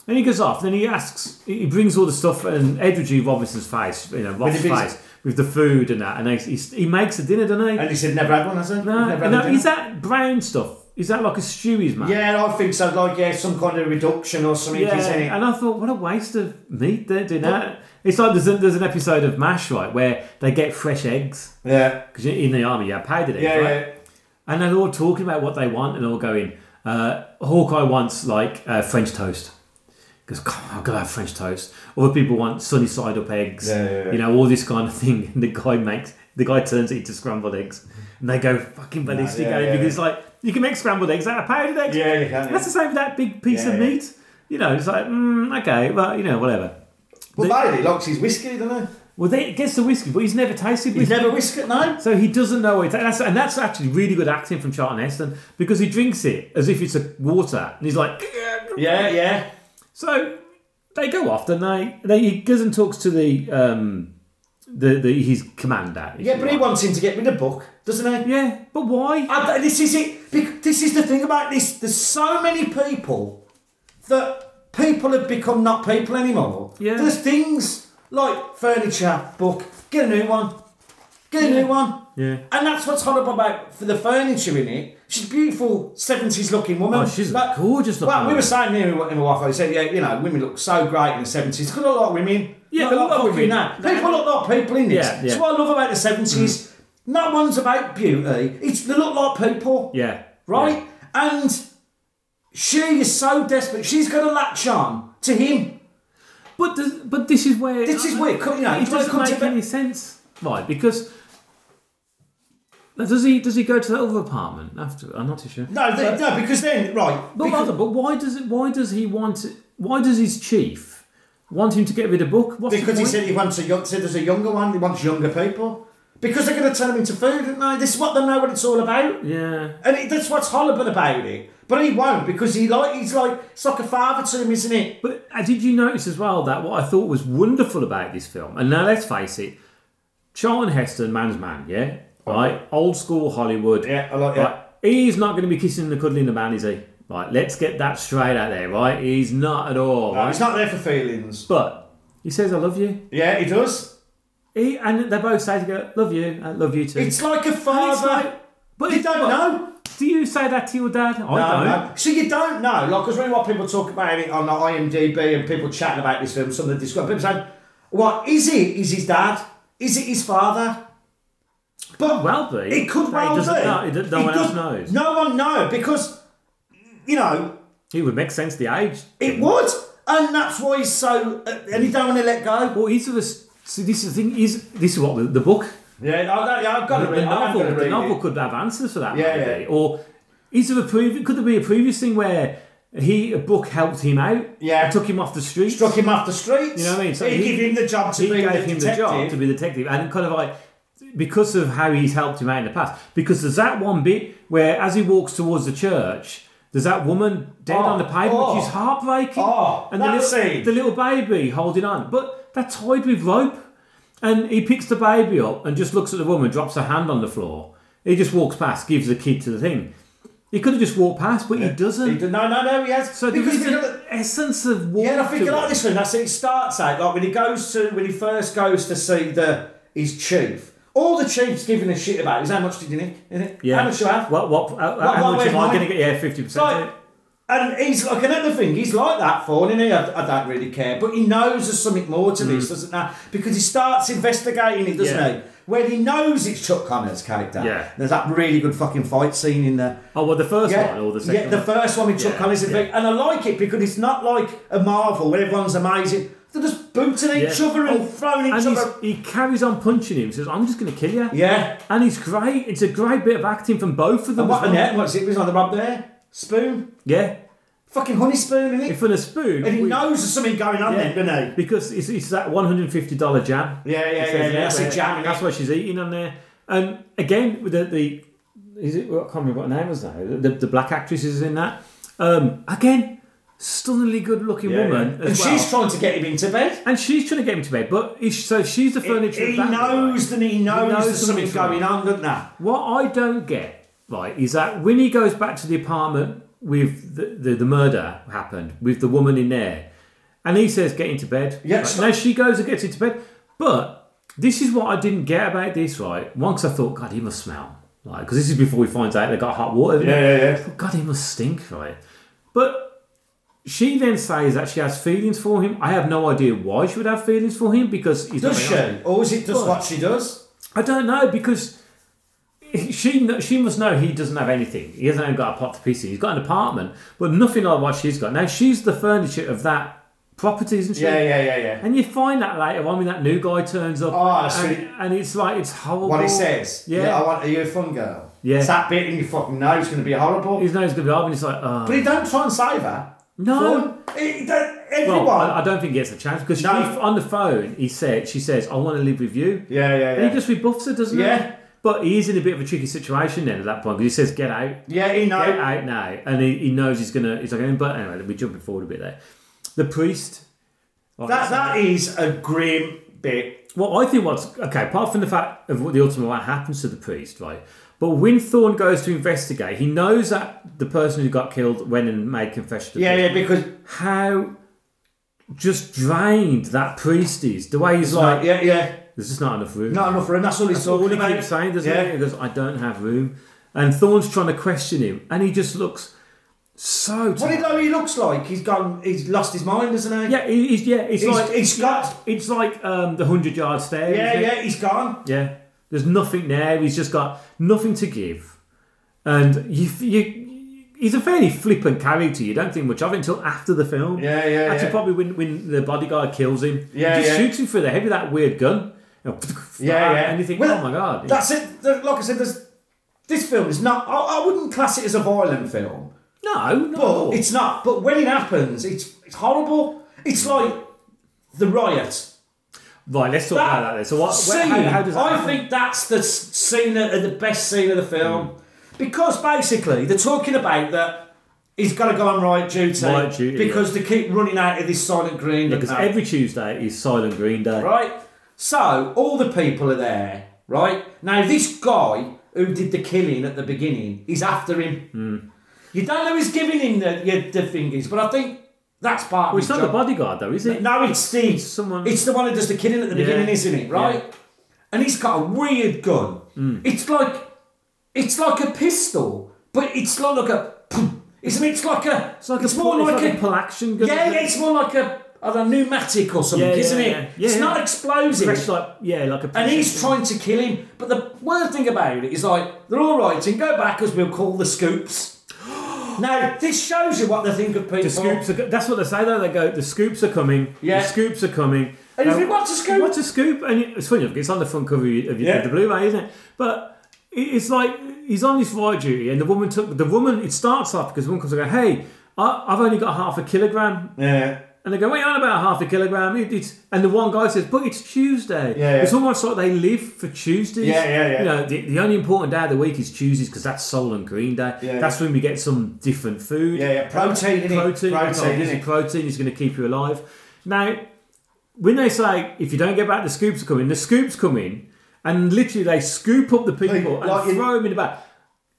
Speaker 11: Then he goes off. Then he asks. He he brings all the stuff and Edward G. Robinson's face, you know, Rob's
Speaker 12: he brings-
Speaker 11: face with the food and that, and he, he, he makes the dinner, doesn't he?
Speaker 12: And he said, "Never had one," has he?
Speaker 11: No,
Speaker 12: Never had
Speaker 11: no,
Speaker 12: a dinner.
Speaker 11: is that brown stuff? Is that like a Stewie's man?
Speaker 12: Yeah, I think so. Like, yeah, some kind of reduction or something.
Speaker 11: Yeah,
Speaker 12: is in it?
Speaker 11: and I thought, what a waste of meat they're doing that. It's like there's, a, there's an episode of MASH, right, where they get fresh eggs.
Speaker 12: Yeah.
Speaker 11: Because in the army, you have powdered eggs,
Speaker 12: Yeah,
Speaker 11: right?
Speaker 12: yeah.
Speaker 11: And they're all talking about what they want and all going, uh, Hawkeye wants, like, uh, French toast. Because, I've got to have French toast. Other people want sunny side up eggs.
Speaker 12: Yeah, yeah, yeah.
Speaker 11: You know, all this kind of thing. <laughs> And the guy makes, the guy turns it into scrambled eggs. And they go fucking
Speaker 12: Nah,
Speaker 11: ballistic
Speaker 12: yeah,
Speaker 11: at it
Speaker 12: yeah,
Speaker 11: because,
Speaker 12: yeah.
Speaker 11: like, you can make scrambled eggs out of powdered eggs.
Speaker 12: Yeah, you can, yeah.
Speaker 11: That's the same with that big piece
Speaker 12: Yeah,
Speaker 11: of
Speaker 12: yeah.
Speaker 11: meat. You know, it's like, mm, okay, well, you know, whatever.
Speaker 12: Well,
Speaker 11: The-
Speaker 12: Bailey likes his whiskey, doesn't he?
Speaker 11: Well, they, it gets the whiskey, but he's never tasted whiskey.
Speaker 12: He's never whisked it, no?
Speaker 11: So he doesn't know it. That's, and that's actually really good acting from Charlton Heston because he drinks it as if it's a water. And he's like,
Speaker 12: Yeah, yeah.
Speaker 11: So they go off, and they, they he goes and talks to the um, the, the his commander. if
Speaker 12: Yeah,
Speaker 11: you
Speaker 12: but he
Speaker 11: like.
Speaker 12: wants him to get rid of Buck, doesn't he?
Speaker 11: Yeah, but why?
Speaker 12: this is it. bec- This is the thing about this. There's so many people that people have become not people anymore. Yeah. There's things like furniture, Buck, get a new one, get a new one.
Speaker 11: Yeah.
Speaker 12: And that's what's horrible about for the furniture in it. She's a beautiful seventies looking woman.
Speaker 11: Oh, she's
Speaker 12: like,
Speaker 11: gorgeous looking
Speaker 12: Well, we
Speaker 11: woman.
Speaker 12: were saying here in my in my wife, I said, yeah, you know, women look so great in the seventies. Got a lot of women.
Speaker 11: Yeah,
Speaker 12: Not
Speaker 11: a
Speaker 12: a lot
Speaker 11: lot of
Speaker 12: fucking
Speaker 11: women.
Speaker 12: now. People look like people in this.
Speaker 11: Yeah, yeah.
Speaker 12: So what I love about the seventies, no one's about beauty. It's they look like people,
Speaker 11: Yeah,
Speaker 12: right? And she is so desperate. She's going to latch on to him.
Speaker 11: But does, but this is where
Speaker 12: this is where it comes. You know,
Speaker 11: it
Speaker 12: it's where
Speaker 11: doesn't
Speaker 12: comes
Speaker 11: make
Speaker 12: to-
Speaker 11: any sense. Why? Because now, does he does he go to that other apartment after? I'm not too sure.
Speaker 12: No, they,
Speaker 11: But-
Speaker 12: no, because then right.
Speaker 11: But,
Speaker 12: because-
Speaker 11: but why does it? Why does he want? Why does his chief want him to get rid of Book? What's the
Speaker 12: Because he
Speaker 11: point?
Speaker 12: said he wants a young, said there's a younger one. He wants younger people because they're going to turn him into food, aren't they? This is what they know what it's all about,
Speaker 11: yeah.
Speaker 12: and it, that's what's horrible about it. But he won't because he like he's like it's like a father to him, isn't it?
Speaker 11: But uh, did you notice as well that what I thought was wonderful about this film, and now let's face it, Charlton Heston, man's man, yeah, right, old school Hollywood.
Speaker 12: Yeah, I like- yeah.
Speaker 11: right? He's not going to be kissing and cuddling the man, is he? Right, let's get that straight out there, right? He's not at all.
Speaker 12: No,
Speaker 11: right?
Speaker 12: he's not there for feelings.
Speaker 11: But he says, "I love you."
Speaker 12: Yeah, he does.
Speaker 11: He and they both say together, "Love you, I love you too."
Speaker 12: It's like a
Speaker 11: And it's
Speaker 12: father.
Speaker 11: like- but
Speaker 12: you
Speaker 11: it-
Speaker 12: don't
Speaker 11: but-
Speaker 12: know.
Speaker 11: Do you say that to your dad? I
Speaker 12: No,
Speaker 11: don't.
Speaker 12: no. So you don't know, like, because really what people talk about it on the IMDb and people chatting about this film, some of the describe people saying, "What is it? Is his dad? Is it his father?" But
Speaker 11: well be.
Speaker 12: It could
Speaker 11: But he
Speaker 12: well
Speaker 11: doesn't
Speaker 12: be.
Speaker 11: know. He d- no
Speaker 12: It
Speaker 11: one else
Speaker 12: does-
Speaker 11: knows.
Speaker 12: No one knows because you know
Speaker 11: It would make sense the age.
Speaker 12: it would, and that's why he's so. Uh, and he don't want to let go.
Speaker 11: Well, he's of a. So this is the thing. Is this is what the, the book?
Speaker 12: Yeah, I, yeah, I've got
Speaker 11: The,
Speaker 12: to read.
Speaker 11: the novel.
Speaker 12: I've got to
Speaker 11: The
Speaker 12: read
Speaker 11: novel
Speaker 12: it.
Speaker 11: could have answers for that.
Speaker 12: Yeah,
Speaker 11: maybe.
Speaker 12: yeah.
Speaker 11: Or is there a previous? Could there be a previous thing where he a book helped him out?
Speaker 12: Yeah.
Speaker 11: took him off the street.
Speaker 12: Struck him off the streets.
Speaker 11: You know what I mean?
Speaker 12: he, gave him the job to
Speaker 11: he
Speaker 12: be
Speaker 11: gave
Speaker 12: the
Speaker 11: him the
Speaker 12: detective.
Speaker 11: job to be the detective, and kind of like because of how he's helped him out in the past. Because there's that one bit where, as he walks towards the church, there's that woman dead
Speaker 12: Oh,
Speaker 11: on the pavement,
Speaker 12: oh.
Speaker 11: which is heartbreaking,
Speaker 12: Oh,
Speaker 11: and the
Speaker 12: that
Speaker 11: little,
Speaker 12: scene.
Speaker 11: the little baby holding on, but they're tied with rope, and he picks the baby up and just looks at the woman, drops her hand on the floor. He just walks past, gives the kid to the thing. He could have just walked past, but he doesn't.
Speaker 12: He did- no, no, no. He has
Speaker 11: So there
Speaker 12: because
Speaker 11: is
Speaker 12: he
Speaker 11: an
Speaker 12: got the-
Speaker 11: essence of war.
Speaker 12: Yeah, and I think
Speaker 11: to
Speaker 12: a lot
Speaker 11: it.
Speaker 12: of this one, that's it, it starts out like when he goes to when he first goes to see the his chief. All the chief's giving a shit about is how much did you nick? Isn't it?
Speaker 11: Yeah.
Speaker 12: How much you have?
Speaker 11: What? What? How,
Speaker 12: What-
Speaker 11: how
Speaker 12: what
Speaker 11: much
Speaker 12: way
Speaker 11: am I
Speaker 12: mine?
Speaker 11: going to get? Yeah, fifty
Speaker 12: Like,
Speaker 11: percent.
Speaker 12: and he's like another thing, he's like that for, isn't he? I, I don't really care. But he knows there's something more to this, doesn't that? Because he starts investigating it, doesn't
Speaker 11: Mm. Yeah.
Speaker 12: he? Where he knows it's Chuck Connors' character.
Speaker 11: Yeah.
Speaker 12: There's that really good fucking fight scene in there.
Speaker 11: Oh, well, the first
Speaker 12: yeah,
Speaker 11: one or the
Speaker 12: yeah,
Speaker 11: second?
Speaker 12: the
Speaker 11: one?
Speaker 12: first one with Chuck
Speaker 11: Yeah,
Speaker 12: Connors,
Speaker 11: yeah.
Speaker 12: and I like it because it's not like a Marvel where everyone's amazing. They're just booting each
Speaker 11: Yeah.
Speaker 12: other and
Speaker 11: Oh,
Speaker 12: throwing
Speaker 11: and
Speaker 12: each
Speaker 11: he's-
Speaker 12: other.
Speaker 11: he carries on punching him. Says, "I'm just going to kill you."
Speaker 12: Yeah.
Speaker 11: and he's great. It's a great bit of acting from both of them.
Speaker 12: And what
Speaker 11: as
Speaker 12: and
Speaker 11: well.
Speaker 12: yeah, what's it? Was on the rub there? Spoon,
Speaker 11: Yeah,
Speaker 12: fucking honey spoon, isn't
Speaker 11: if
Speaker 12: it?
Speaker 11: on a spoon,
Speaker 12: And he
Speaker 11: we-
Speaker 12: knows there's something going on
Speaker 11: Yeah.
Speaker 12: there, doesn't he?
Speaker 11: because it's, it's that one hundred and fifty dollar jam.
Speaker 12: Yeah, yeah,
Speaker 11: It says
Speaker 12: yeah,
Speaker 11: there,
Speaker 12: yeah, that's a
Speaker 11: where-
Speaker 12: jam,
Speaker 11: That's what she's eating on there. And again, with the, the is it? well, I can't remember what her name was now. The, the black actress is in that. Um, again, stunningly good-looking
Speaker 13: Yeah,
Speaker 11: woman.
Speaker 13: yeah. And she's
Speaker 11: trying to get him into bed. And she's trying to get him to bed, but is- so she's the furniture.
Speaker 12: he
Speaker 11: of that
Speaker 12: knows that he knows there's something going
Speaker 11: on, doesn't there? What I don't get, right, is that when he goes back to the apartment with the, the, the murder happened with the woman in there, and he says, "Get into bed." Yes. Now she goes and gets into bed, but this is what I didn't get about this, right? Once I thought, God, he must smell, like, because this is before he finds out they got hot water. isn't
Speaker 12: Yeah,
Speaker 11: it?
Speaker 12: yeah,
Speaker 11: God, he must stink, right? But she then says that she has feelings for him. I have no idea why she would have feelings for him because he's
Speaker 12: Does
Speaker 11: not
Speaker 12: she?
Speaker 11: very nice.
Speaker 12: Or is it just
Speaker 11: But-
Speaker 12: what she does?
Speaker 11: I don't know because she kn- she must know he doesn't have anything. He hasn't even got a pot to piss in. He's got an apartment, but nothing like what she's got. Now she's the furniture of that property, isn't she?
Speaker 12: Yeah, yeah, yeah, yeah.
Speaker 11: And you find that later on when that new guy turns up.
Speaker 12: that's
Speaker 11: and,
Speaker 12: really-
Speaker 11: and it's like it's horrible.
Speaker 12: What he says.
Speaker 11: Yeah.
Speaker 12: I want, are you a fun girl?
Speaker 11: Yeah.
Speaker 12: It's that bit and you fucking know it's going to be horrible.
Speaker 11: His name's gonna be horrible. And he's like, oh.
Speaker 12: But he don't try and save her.
Speaker 11: No.
Speaker 12: Fun. He don't, everyone.
Speaker 11: Well, I, I don't think he gets a chance because
Speaker 12: No.
Speaker 11: she, on the phone he said she says I want to live with you.
Speaker 12: yeah, yeah,
Speaker 11: And
Speaker 12: yeah.
Speaker 11: he just rebuffs her, doesn't
Speaker 12: Yeah.
Speaker 11: he? But he is in a bit of a tricky situation then at that point because he says, "Get out."
Speaker 12: Yeah, he know-
Speaker 11: Get out now, and he, he knows he's gonna. He's like, "Eh, but anyway, we're jumping forward a bit there. The priest.
Speaker 12: That- that
Speaker 11: is a grim bit. Well, I think what's okay, apart from the fact of what the ultimate what happens to the priest, right? But when Thorn goes to investigate, he knows that the person who got killed went and made confession. To the
Speaker 12: Yeah,
Speaker 11: priest. yeah, because how just drained that priest is. The way he's
Speaker 12: It's
Speaker 11: like,
Speaker 12: like, yeah, yeah.
Speaker 11: there's just not enough room.
Speaker 12: Not enough room. That's all he's
Speaker 11: all
Speaker 12: talking
Speaker 11: he
Speaker 12: about.
Speaker 11: keeps saying, doesn't
Speaker 12: Yeah.
Speaker 11: he? He goes, I don't have room. And Thorne's trying to question him, and he just looks so.
Speaker 12: What do you know he looks like? He's gone. He's lost his mind, hasn't he?
Speaker 11: Yeah, he- he's yeah. It's
Speaker 12: He's-
Speaker 11: like
Speaker 12: he's
Speaker 11: got. It's like um, the hundred yard stare.
Speaker 12: Yeah,
Speaker 11: isn't it?
Speaker 12: yeah. He's gone.
Speaker 11: Yeah. There's nothing there. He's just got nothing to give, and you you. He's a fairly flippant character. You don't think much of it until after the film.
Speaker 12: Yeah, yeah,
Speaker 11: Actually,
Speaker 12: yeah.
Speaker 11: probably when, when the bodyguard kills him,
Speaker 12: Yeah,
Speaker 11: he just
Speaker 12: yeah.
Speaker 11: shoots him through the head with that weird gun. You know, <laughs>
Speaker 12: Yeah, yeah.
Speaker 11: And you think, oh my god,
Speaker 12: That's it. There- Like I said, there's, this film is not. I, I wouldn't class it as a violent film.
Speaker 11: No, no.
Speaker 12: But it's not. But when it happens, it's it's horrible. It's like the riot.
Speaker 11: Right, let's talk about that then. So what- wh-
Speaker 12: Scene,
Speaker 11: how- how does that
Speaker 12: I
Speaker 11: happen?
Speaker 12: think that's the s- scene, of, the best scene of the film, because basically they're talking about that he's got to go on riot duty,
Speaker 11: Riot duty,
Speaker 12: because they keep running out of this silent green.
Speaker 11: because
Speaker 12: that-
Speaker 11: every Tuesday is Silent Green Day.
Speaker 12: right? So all the people are there, right? Now this guy who did the killing at the beginning is after him.
Speaker 11: Hmm.
Speaker 12: You don't know who's giving him the the, the fingers, but I think that's part.
Speaker 11: Well,
Speaker 12: of
Speaker 11: it's
Speaker 12: his
Speaker 11: not
Speaker 12: job.
Speaker 11: the bodyguard though, is it?
Speaker 12: No, it's the it's,
Speaker 11: someone.
Speaker 12: the one who does the killing at the
Speaker 11: Yeah.
Speaker 12: beginning, isn't it? Right? And he's got a weird gun.
Speaker 11: Hmm.
Speaker 12: It's like it's like a pistol, but it's not like a. It's it's like a. It's, like it's more
Speaker 11: pull-
Speaker 12: like,
Speaker 11: it's like
Speaker 12: a
Speaker 11: a pull action gun,
Speaker 12: Yeah,
Speaker 11: isn't it?
Speaker 12: yeah, it's more like a, I don't know, pneumatic or something,
Speaker 11: Yeah, yeah,
Speaker 12: isn't it?
Speaker 11: yeah. Yeah,
Speaker 12: it's
Speaker 11: yeah.
Speaker 12: not explosive.
Speaker 11: Fresh, like- yeah, like a.
Speaker 12: and he's trying to kill him, but the worst thing about it is like they're all right and go back as we'll call the
Speaker 11: <gasps>
Speaker 12: scoops. now this shows you what they think of people.
Speaker 11: The scoops are. go- That's what they say though. They go, the scoops are coming.
Speaker 12: Oh. Yeah.
Speaker 11: The scoops are coming.
Speaker 12: And you
Speaker 11: Now,
Speaker 12: think, what's a scoop?
Speaker 11: What's a scoop? And it- it's funny enough, it's on the front cover of, your, of your-
Speaker 12: Yeah.
Speaker 11: of the Blu-ray, isn't it? But it- it's like he's on this riot duty, and the woman took the woman. It starts off because the woman comes and goes, "Hey, I, I've only got half a kilogram."
Speaker 12: Yeah.
Speaker 11: And they go, what are you on about half a kilogram? It, it's, and the one guy says, but it's Tuesday.
Speaker 12: Yeah, yeah.
Speaker 11: It's almost like they live for Tuesdays.
Speaker 12: Yeah, yeah, yeah.
Speaker 11: You know, the, the only important day of the week is Tuesdays because that's Soul and Green Day.
Speaker 12: Yeah,
Speaker 11: that's when we get some different food.
Speaker 12: Yeah, yeah. Protein, innit?
Speaker 11: Protein. oh,
Speaker 12: Protein,
Speaker 11: Protein,
Speaker 12: innit?
Speaker 11: protein is going to keep you alive. Now, when they say, if you don't get back, the scoops are coming, the scoops come in and literally they scoop up the people and
Speaker 12: like in-
Speaker 11: throw them in the back.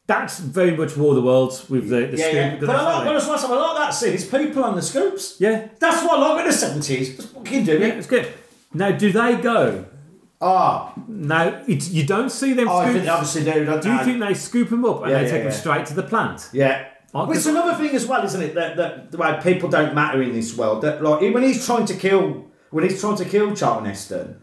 Speaker 11: That's very much War of the Worlds with the, the
Speaker 12: yeah,
Speaker 11: scoop.
Speaker 12: yeah.
Speaker 11: because
Speaker 12: But I
Speaker 11: that's how
Speaker 12: like,
Speaker 11: they-
Speaker 12: but that's what I said, I like that scene. It's people on the scoops.
Speaker 11: Yeah.
Speaker 12: That's what I like in the seventies. That's what you do.
Speaker 11: Yeah, it's good. Now, do they go?
Speaker 12: Ah.
Speaker 11: Now, it's, you don't see them
Speaker 12: Oh, I
Speaker 11: scoops.
Speaker 12: think they obviously do, don't
Speaker 11: Do you
Speaker 12: they?
Speaker 11: think they scoop them up and
Speaker 12: Yeah,
Speaker 11: they
Speaker 12: yeah,
Speaker 11: take them
Speaker 12: yeah.
Speaker 11: straight to the plant?
Speaker 12: Yeah.
Speaker 11: Oh,
Speaker 12: Which is another thing as well, isn't it? That, that the way people don't matter in this world. That like when he's trying to kill when he's trying to kill Charlton Heston,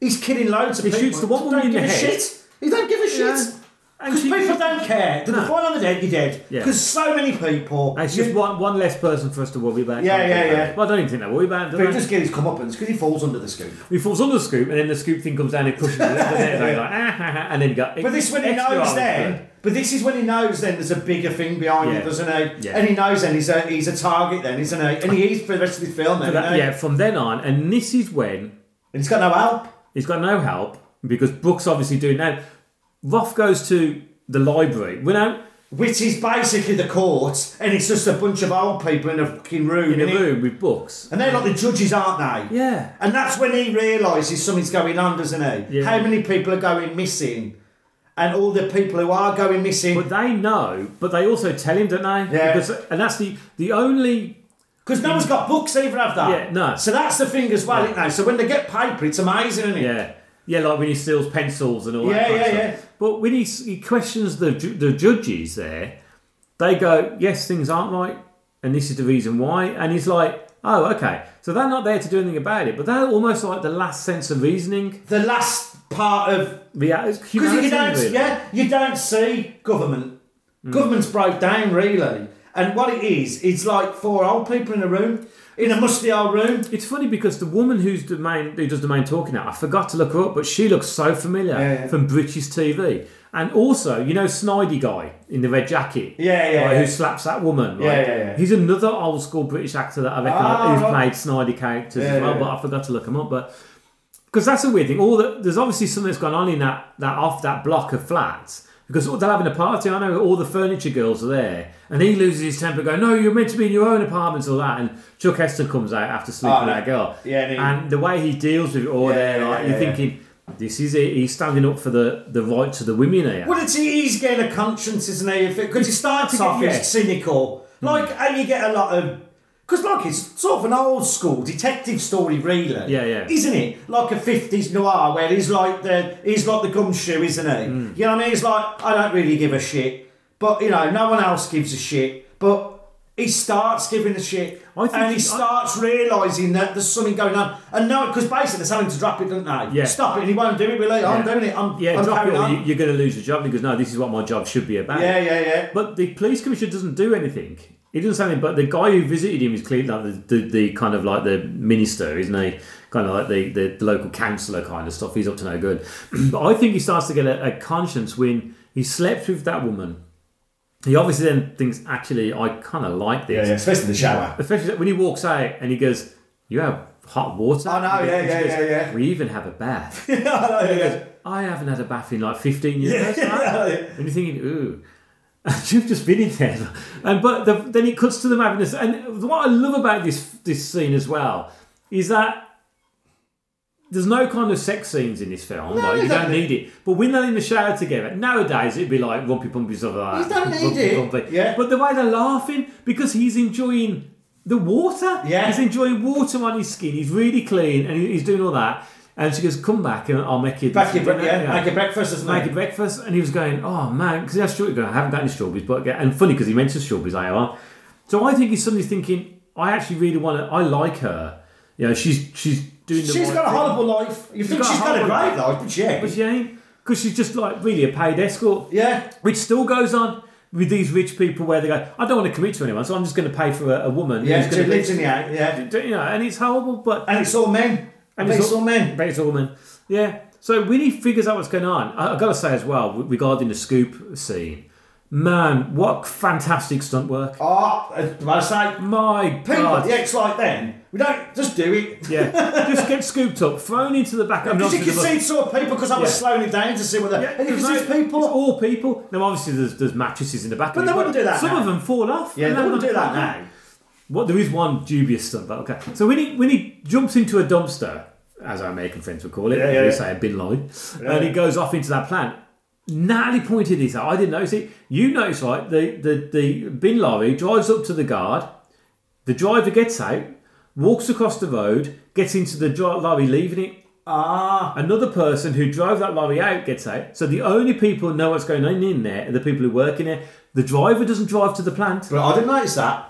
Speaker 12: he's killing loads of
Speaker 11: He
Speaker 12: people.
Speaker 11: shoots the one
Speaker 12: Don't
Speaker 11: woman in
Speaker 12: give
Speaker 11: the
Speaker 12: a
Speaker 11: head.
Speaker 12: Shit. He don't give a shit.
Speaker 11: And
Speaker 12: Because
Speaker 11: she-
Speaker 12: people don't care. They
Speaker 11: No.
Speaker 12: fall on the dead, you're dead.
Speaker 11: Yeah.
Speaker 12: Because so many people.
Speaker 11: It's just one, one less person for us to worry about.
Speaker 12: Yeah, yeah,
Speaker 11: Well,
Speaker 12: yeah.
Speaker 11: Well, I don't even think they worry about it.
Speaker 12: But
Speaker 11: do
Speaker 12: he
Speaker 11: they?
Speaker 12: just gets his comeuppance because he falls under the scoop.
Speaker 11: He falls under the scoop, and then the scoop thing comes down and pushes him. doesn't it?
Speaker 12: <laughs>
Speaker 11: And they're like, ah, ha, ha, and then you got.
Speaker 12: But this is when he
Speaker 11: extra
Speaker 12: knows
Speaker 11: arms
Speaker 12: then.
Speaker 11: for it.
Speaker 12: But this is when he knows then there's a bigger thing behind
Speaker 11: Yeah.
Speaker 12: it, doesn't he?
Speaker 11: Yeah.
Speaker 12: And he knows then he's a he's a target then, isn't he? And he is for the rest of the film
Speaker 11: For
Speaker 12: then.
Speaker 11: that-
Speaker 12: isn't he?
Speaker 11: yeah, from then on, and this is when
Speaker 12: he's got no help.
Speaker 11: He's got no help because Brooks obviously doing now. Roth goes to the library. We're now
Speaker 12: Which is basically the court, and it's just a bunch of old people in a fucking room.
Speaker 11: In a
Speaker 12: and it-
Speaker 11: room with books.
Speaker 12: And they're like the judges, aren't they?
Speaker 11: Yeah.
Speaker 12: And that's when he realises something's going on, doesn't he?
Speaker 11: Yeah.
Speaker 12: How many people are going missing? And all the people who are going missing. But
Speaker 11: they know, but they also tell him, don't they?
Speaker 12: Yeah.
Speaker 11: Because, and that's the, the only.
Speaker 12: Because no one's got books either, have they?
Speaker 11: Yeah, no.
Speaker 12: So that's the thing as well, isn't it? So when they get paper, it's amazing, isn't it?
Speaker 11: Yeah. Yeah, like when he steals pencils and all
Speaker 12: Yeah,
Speaker 11: that. kind of
Speaker 12: yeah,
Speaker 11: stuff. But when he, s- he questions the, ju- the judges there, they go, yes, things aren't right, and this is the reason why. And he's like, oh, okay. So they're not there to do anything about it, but they're almost like the last sense of reasoning.
Speaker 12: The last part of.
Speaker 11: Yeah,
Speaker 12: Because
Speaker 11: humanity,
Speaker 12: you don't,
Speaker 11: really.
Speaker 12: yeah, you don't see government. Government's broke down really, and what it is, it's like four old people in a room, in a musty old room.
Speaker 11: It's funny because the woman who's the main who does the main talking now, I forgot to look her up, but she looks so familiar
Speaker 12: Yeah, yeah.
Speaker 11: from British TV. And also, you know, Snidey guy in the red jacket,
Speaker 12: Yeah, yeah,
Speaker 11: right,
Speaker 12: yeah.
Speaker 11: who slaps that woman. Right?
Speaker 12: Yeah, yeah, yeah.
Speaker 11: He's another old school British actor that I reckon
Speaker 12: Ah,
Speaker 11: who's
Speaker 12: right.
Speaker 11: played Snidey characters
Speaker 12: Yeah,
Speaker 11: as well,
Speaker 12: yeah,
Speaker 11: but
Speaker 12: yeah.
Speaker 11: I forgot to look him up. But because that's a weird thing. All the, there's obviously something that's gone on in that that off that block of flats because they're having a party. I know all the furniture girls are there, and he loses his temper, going, "No, you're meant to be in your own apartments, all that." And Chuck Heston comes out after sleeping
Speaker 12: Oh,
Speaker 11: with that girl,
Speaker 12: yeah, and
Speaker 11: and,
Speaker 12: he-
Speaker 11: the way he deals with it all
Speaker 12: Yeah,
Speaker 11: there,
Speaker 12: yeah,
Speaker 11: like
Speaker 12: yeah,
Speaker 11: you're
Speaker 12: yeah.
Speaker 11: thinking, "This is it. He's standing up for the the right to the women here."
Speaker 12: Well, it's he's getting a conscience, isn't he? Because he starts
Speaker 11: Yeah.
Speaker 12: off as cynical, like and you get a lot of. Because like it's sort of an old school detective story, really.
Speaker 11: Yeah, yeah.
Speaker 12: Isn't it like a fifties noir where he's like the he's like the gumshoe, isn't he?
Speaker 11: Mm.
Speaker 12: You know what I mean? He's like I don't really give a shit, but you know no one else gives a shit. But he starts giving a shit,
Speaker 11: think
Speaker 12: and he,
Speaker 11: he- I-
Speaker 12: starts realizing that there's something going on. And no, because basically they're telling him to drop it, don't they?
Speaker 11: Yeah.
Speaker 12: Stop it, and he won't do it. Really, I'm
Speaker 11: Yeah.
Speaker 12: doing it. I'm
Speaker 11: yeah,
Speaker 12: I'm
Speaker 11: drop it
Speaker 12: carrying
Speaker 11: or
Speaker 12: on.
Speaker 11: you, you're going to lose your job because no, this is what my job should be about.
Speaker 12: Yeah, yeah, yeah.
Speaker 11: But the police commissioner doesn't do anything. He doesn't say anything. But the guy who visited him is clearly like the, the, the kind of like the minister, isn't he? Kind of like the, the, the local councillor kind of stuff. He's up to no good. <clears throat> but I think he starts to get a, a conscience when he slept with that woman. He obviously then thinks, actually, I kind of like this.
Speaker 12: Yeah, yeah, especially the <laughs> shower.
Speaker 11: Especially when he walks out and he goes, "You have hot water." I
Speaker 12: know, Oh, yeah, yeah, yeah, yeah.
Speaker 11: We even have a bath. <laughs> I haven't had a bath in like 15 years.
Speaker 12: Yeah, <laughs>
Speaker 11: That's right. And you're thinking, ooh, <laughs> you've just been in there. And but the, then it cuts to them having this. And what I love about this this scene as well is that there's no kind of sex scenes in this film.
Speaker 12: No,
Speaker 11: like, you don't
Speaker 12: exactly.
Speaker 11: need it. But when they're in the shower together, nowadays it'd be like rumpy pumpy stuff like that.
Speaker 12: You don't
Speaker 11: Rumpy
Speaker 12: need it.
Speaker 11: pumpy. But the way they're laughing because he's enjoying the water. Yeah. He's enjoying water on his skin. He's really clean and he- he's doing all that. And she goes, "Come back and I'll make you
Speaker 12: Back your
Speaker 11: dinner."
Speaker 12: bre- yeah, make your breakfast, isn't
Speaker 11: Make
Speaker 12: it?
Speaker 11: your breakfast. And he was going, "Oh man," because he has strawberries. I haven't got any strawberries, but yeah. and funny because he mentions strawberries. I are. So I think he's suddenly thinking, "I actually really want to. I like her. You know, she's she's doing the
Speaker 12: She's
Speaker 11: right
Speaker 12: got a
Speaker 11: thing.
Speaker 12: horrible life. You think she's got a
Speaker 11: horrible
Speaker 12: great life, but she ain't.
Speaker 11: But she ain't. Because she's just like really a paid escort.
Speaker 12: Yeah.
Speaker 11: Which still goes on with these rich people where they go, I don't want to commit to anyone, so I'm just going to pay for a, a woman.
Speaker 12: Yeah,
Speaker 11: who's gonna
Speaker 12: she
Speaker 11: be-
Speaker 12: lives in the out, yeah.
Speaker 11: Do- You know, and it's horrible, but.
Speaker 12: And it's all men. But it's all men.
Speaker 11: But it's all men. Yeah. So when he figures out what's going on, I, have got to say as well, w- regarding the scoop scene, man, what fantastic stunt work.
Speaker 12: Oh, I say,
Speaker 11: my
Speaker 12: People,
Speaker 11: God.
Speaker 12: yeah, it's like then. We don't just do
Speaker 11: <laughs>
Speaker 12: it.
Speaker 11: Yeah,
Speaker 12: <laughs>
Speaker 11: just get scooped up, thrown into the back.
Speaker 12: Because you
Speaker 11: can
Speaker 12: can see it's all people because I was slowing it down to see whether. and you can see it's people.
Speaker 11: all people. Now, obviously, there's, there's mattresses in the back.
Speaker 12: But
Speaker 11: of
Speaker 12: they
Speaker 11: it,
Speaker 12: wouldn't do that
Speaker 11: Some
Speaker 12: now.
Speaker 11: of them fall off.
Speaker 12: Yeah,
Speaker 11: And
Speaker 12: they
Speaker 11: then
Speaker 12: wouldn't
Speaker 11: they're
Speaker 12: do that
Speaker 11: like,
Speaker 12: now.
Speaker 11: What there is one dubious stunt, but okay. So when he when he jumps into a dumpster, as our American friends would call it,
Speaker 12: Yeah,
Speaker 11: as
Speaker 12: yeah,
Speaker 11: we
Speaker 12: yeah.
Speaker 11: say a bin line,
Speaker 12: Yeah.
Speaker 11: and he goes off into that plant. Natalie pointed this out. I didn't notice it. You notice, right? The the the bin lorry drives up to the guard. The driver gets out, walks across the road, gets into the dri- lorry, leaving it.
Speaker 12: Ah.
Speaker 11: Another person who drove that lorry out gets out. So the only people who know what's going on in there are the people who work in there. The driver doesn't drive to the plant.
Speaker 12: But I didn't notice that.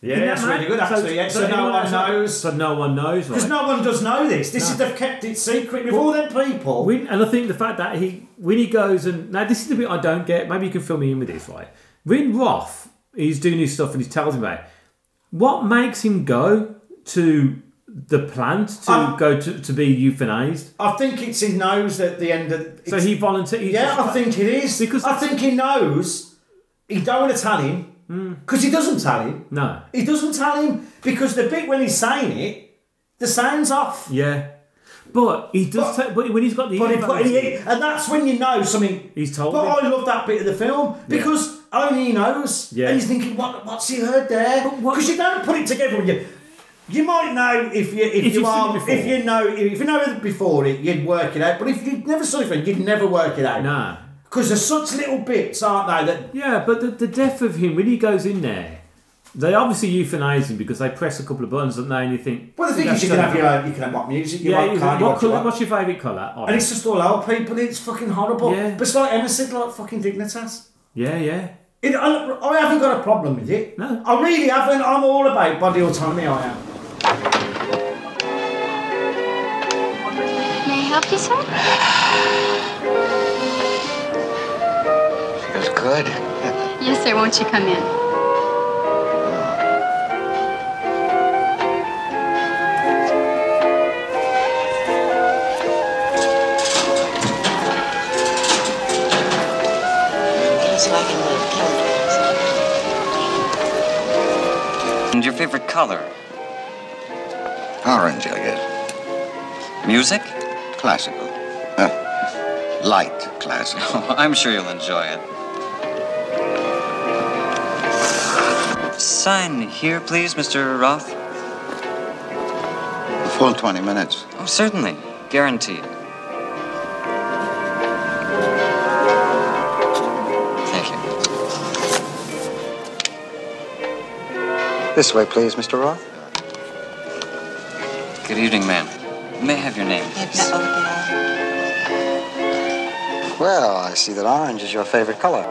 Speaker 12: Yeah,
Speaker 11: Isn't that
Speaker 12: that's really
Speaker 11: mad?
Speaker 12: good, actually, yeah. So no
Speaker 11: anyone
Speaker 12: one
Speaker 11: else-
Speaker 12: knows.
Speaker 11: So no one knows.
Speaker 12: Because
Speaker 11: right?
Speaker 12: no one does know this. This
Speaker 11: No.
Speaker 12: is they've kept it secret with all them people.
Speaker 11: When, and I think the fact that he, when he goes and now this is the bit I don't get. Maybe you can fill me in with this, right? When Roth he's doing his stuff and he tells him about it, what makes him go to the plant to go to, to be euthanized.
Speaker 12: I think it's his nose at the end of.
Speaker 11: So he volunteered. he
Speaker 12: Yeah,
Speaker 11: just-
Speaker 12: I think it is because I think he knows he don't want to tell him because he doesn't tell him.
Speaker 11: No.
Speaker 12: He doesn't tell him because the bit when he's saying it, the sound's off.
Speaker 11: Yeah. But he does. But, but when he's got the
Speaker 12: But he
Speaker 11: ear
Speaker 12: put,
Speaker 11: balance-
Speaker 12: he, and that's when you know something.
Speaker 11: He's told.
Speaker 12: But
Speaker 11: him.
Speaker 12: I love that bit of the film because only he knows. Yeah. And he's thinking, what, what's he heard there? Because you don't put it together when you. You might know if you if,
Speaker 13: If
Speaker 12: you
Speaker 13: you've seen
Speaker 12: are
Speaker 13: it before.
Speaker 12: if you know if you know it before it you'd work it out. But if you'd never saw it, before, you'd never work it out.
Speaker 11: No.
Speaker 12: Because there's such little bits, aren't they? That
Speaker 11: yeah, but the, the death of him when he goes in there, they obviously euthanize him because they press a couple of buttons, don't they? And you think,
Speaker 12: Well, the thing is, you can have your own, you can have what music you
Speaker 11: yeah,
Speaker 12: want,
Speaker 11: you-
Speaker 12: can't you?
Speaker 11: what
Speaker 12: What you
Speaker 11: colour-
Speaker 12: want.
Speaker 11: what's your favourite colour?
Speaker 12: And it's just all old people. It's fucking horrible.
Speaker 11: Yeah.
Speaker 12: But it's like Emma said, like fucking dignitas.
Speaker 11: yeah, yeah.
Speaker 12: It, I, I haven't got a problem with it. No. I really haven't. I'm all about body autonomy. I am.
Speaker 14: May I help you, sir?
Speaker 10: Feels good.
Speaker 14: Yes, sir. Won't you come in?
Speaker 15: And your favorite color?
Speaker 16: Orange, I guess. Music? Classical. Uh, light
Speaker 15: <laughs>
Speaker 16: classical.
Speaker 15: Oh, I'm sure you'll enjoy it. Sign here, please, Mr. Roth.
Speaker 16: A full 20 minutes.
Speaker 15: Oh, certainly. Guaranteed. Thank you.
Speaker 16: This way, please, Mr. Roth.
Speaker 15: Good evening, ma'am. May I have your name, please?
Speaker 16: Well, I see that orange is your favorite color.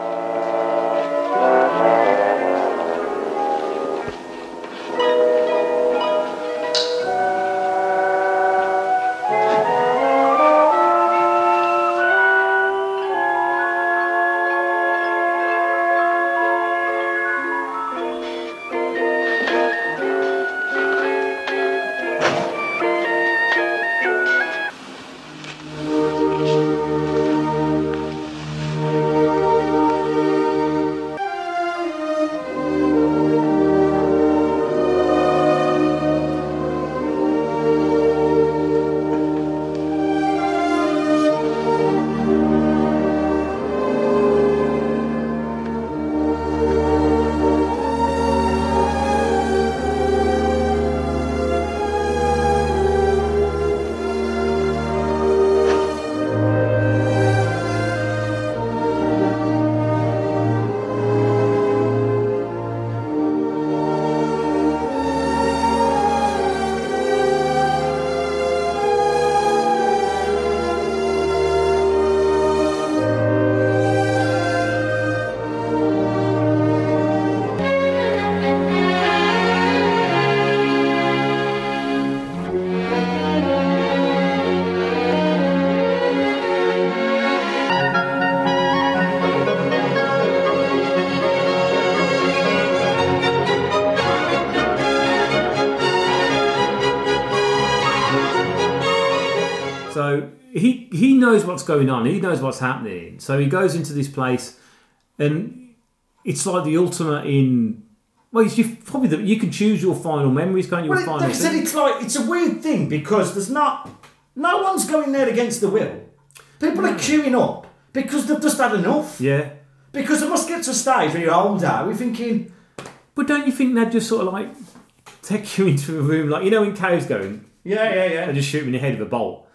Speaker 11: So he he knows what's going on. He knows what's happening. So he goes into this place, and it's like the ultimate in. Well, it's- you probably the, you can choose your final memories, can't you? Your
Speaker 12: Well,
Speaker 11: final
Speaker 12: they said
Speaker 11: thing.
Speaker 12: it's like it's a weird thing because there's not no one's going there against the will. People are queuing up because they've just had enough.
Speaker 11: Yeah.
Speaker 12: Because it must get to a stage when you're older, we're thinking.
Speaker 11: But don't you think they'd just sort of like take you <laughs> into a room like you know when Co's going?
Speaker 12: Yeah, yeah, yeah.
Speaker 11: And just shoot him in the head with a bolt.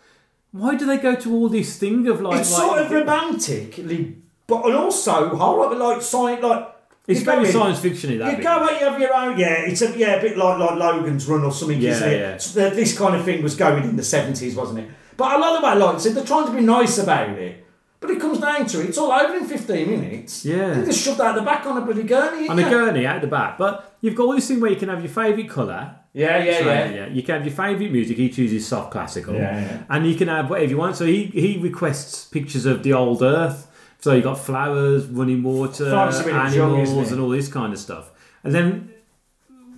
Speaker 11: Why do they go to all this thing of like?
Speaker 12: it's
Speaker 11: like-
Speaker 12: sort of romantically, but and also horror, but like science, like
Speaker 11: It's
Speaker 12: you go
Speaker 11: very
Speaker 12: in-
Speaker 11: science fiction-y, that
Speaker 12: You
Speaker 11: bit.
Speaker 12: go out, you have your own. Yeah, it's a yeah, a bit like like Logan's Run or something,
Speaker 11: Yeah,
Speaker 12: isn't it?
Speaker 11: yeah.
Speaker 12: So that this kind of thing was going in the seventies, wasn't it? But I love the way, like I said, they're trying to be nice about it, but it comes down to it. It's all over in fifteen minutes.
Speaker 11: Yeah.
Speaker 12: they just shoved out the back on a bloody gurney.
Speaker 11: on a
Speaker 12: yeah.
Speaker 11: gurney out the back. But you've got all this thing where you can have your favourite colour.
Speaker 12: Yeah, yeah,
Speaker 11: So,
Speaker 12: yeah.
Speaker 11: You can have your favourite music. He chooses soft classical.
Speaker 12: Yeah, yeah.
Speaker 11: And you can have whatever you want. So he, he requests pictures of the old earth. So you've got flowers, running water,
Speaker 12: Flowers are really
Speaker 11: animals,
Speaker 12: young, isn't it?
Speaker 11: and all this kind of stuff. And then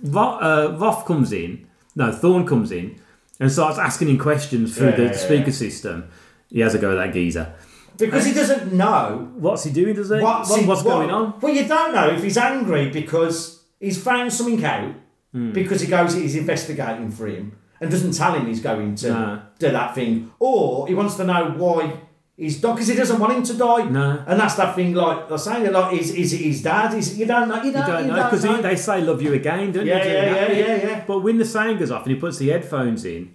Speaker 11: Roth, uh, Roth comes in. No, Thorn comes in and starts asking him questions through
Speaker 12: Yeah,
Speaker 11: the
Speaker 12: yeah, yeah.
Speaker 11: speaker system. He has a go at that geezer.
Speaker 12: Because he doesn't know
Speaker 11: what's he doing, does he?
Speaker 12: What's,
Speaker 11: What- what's going
Speaker 12: on? Well, you don't know if he's angry because he's found something out
Speaker 11: Hmm.
Speaker 12: because he goes, he's investigating for him and doesn't tell him he's going to
Speaker 11: No.
Speaker 12: do that thing, or he wants to know why his dog because he doesn't want him to die.
Speaker 11: No.
Speaker 12: And that's that thing, like I say, like is is it his dad? Is you don't know. You
Speaker 11: You
Speaker 12: don't,
Speaker 11: don't know because they say "love you again," don't
Speaker 12: Yeah,
Speaker 11: you?
Speaker 12: yeah, yeah, yeah,
Speaker 11: But when the saying goes off and he puts the headphones in,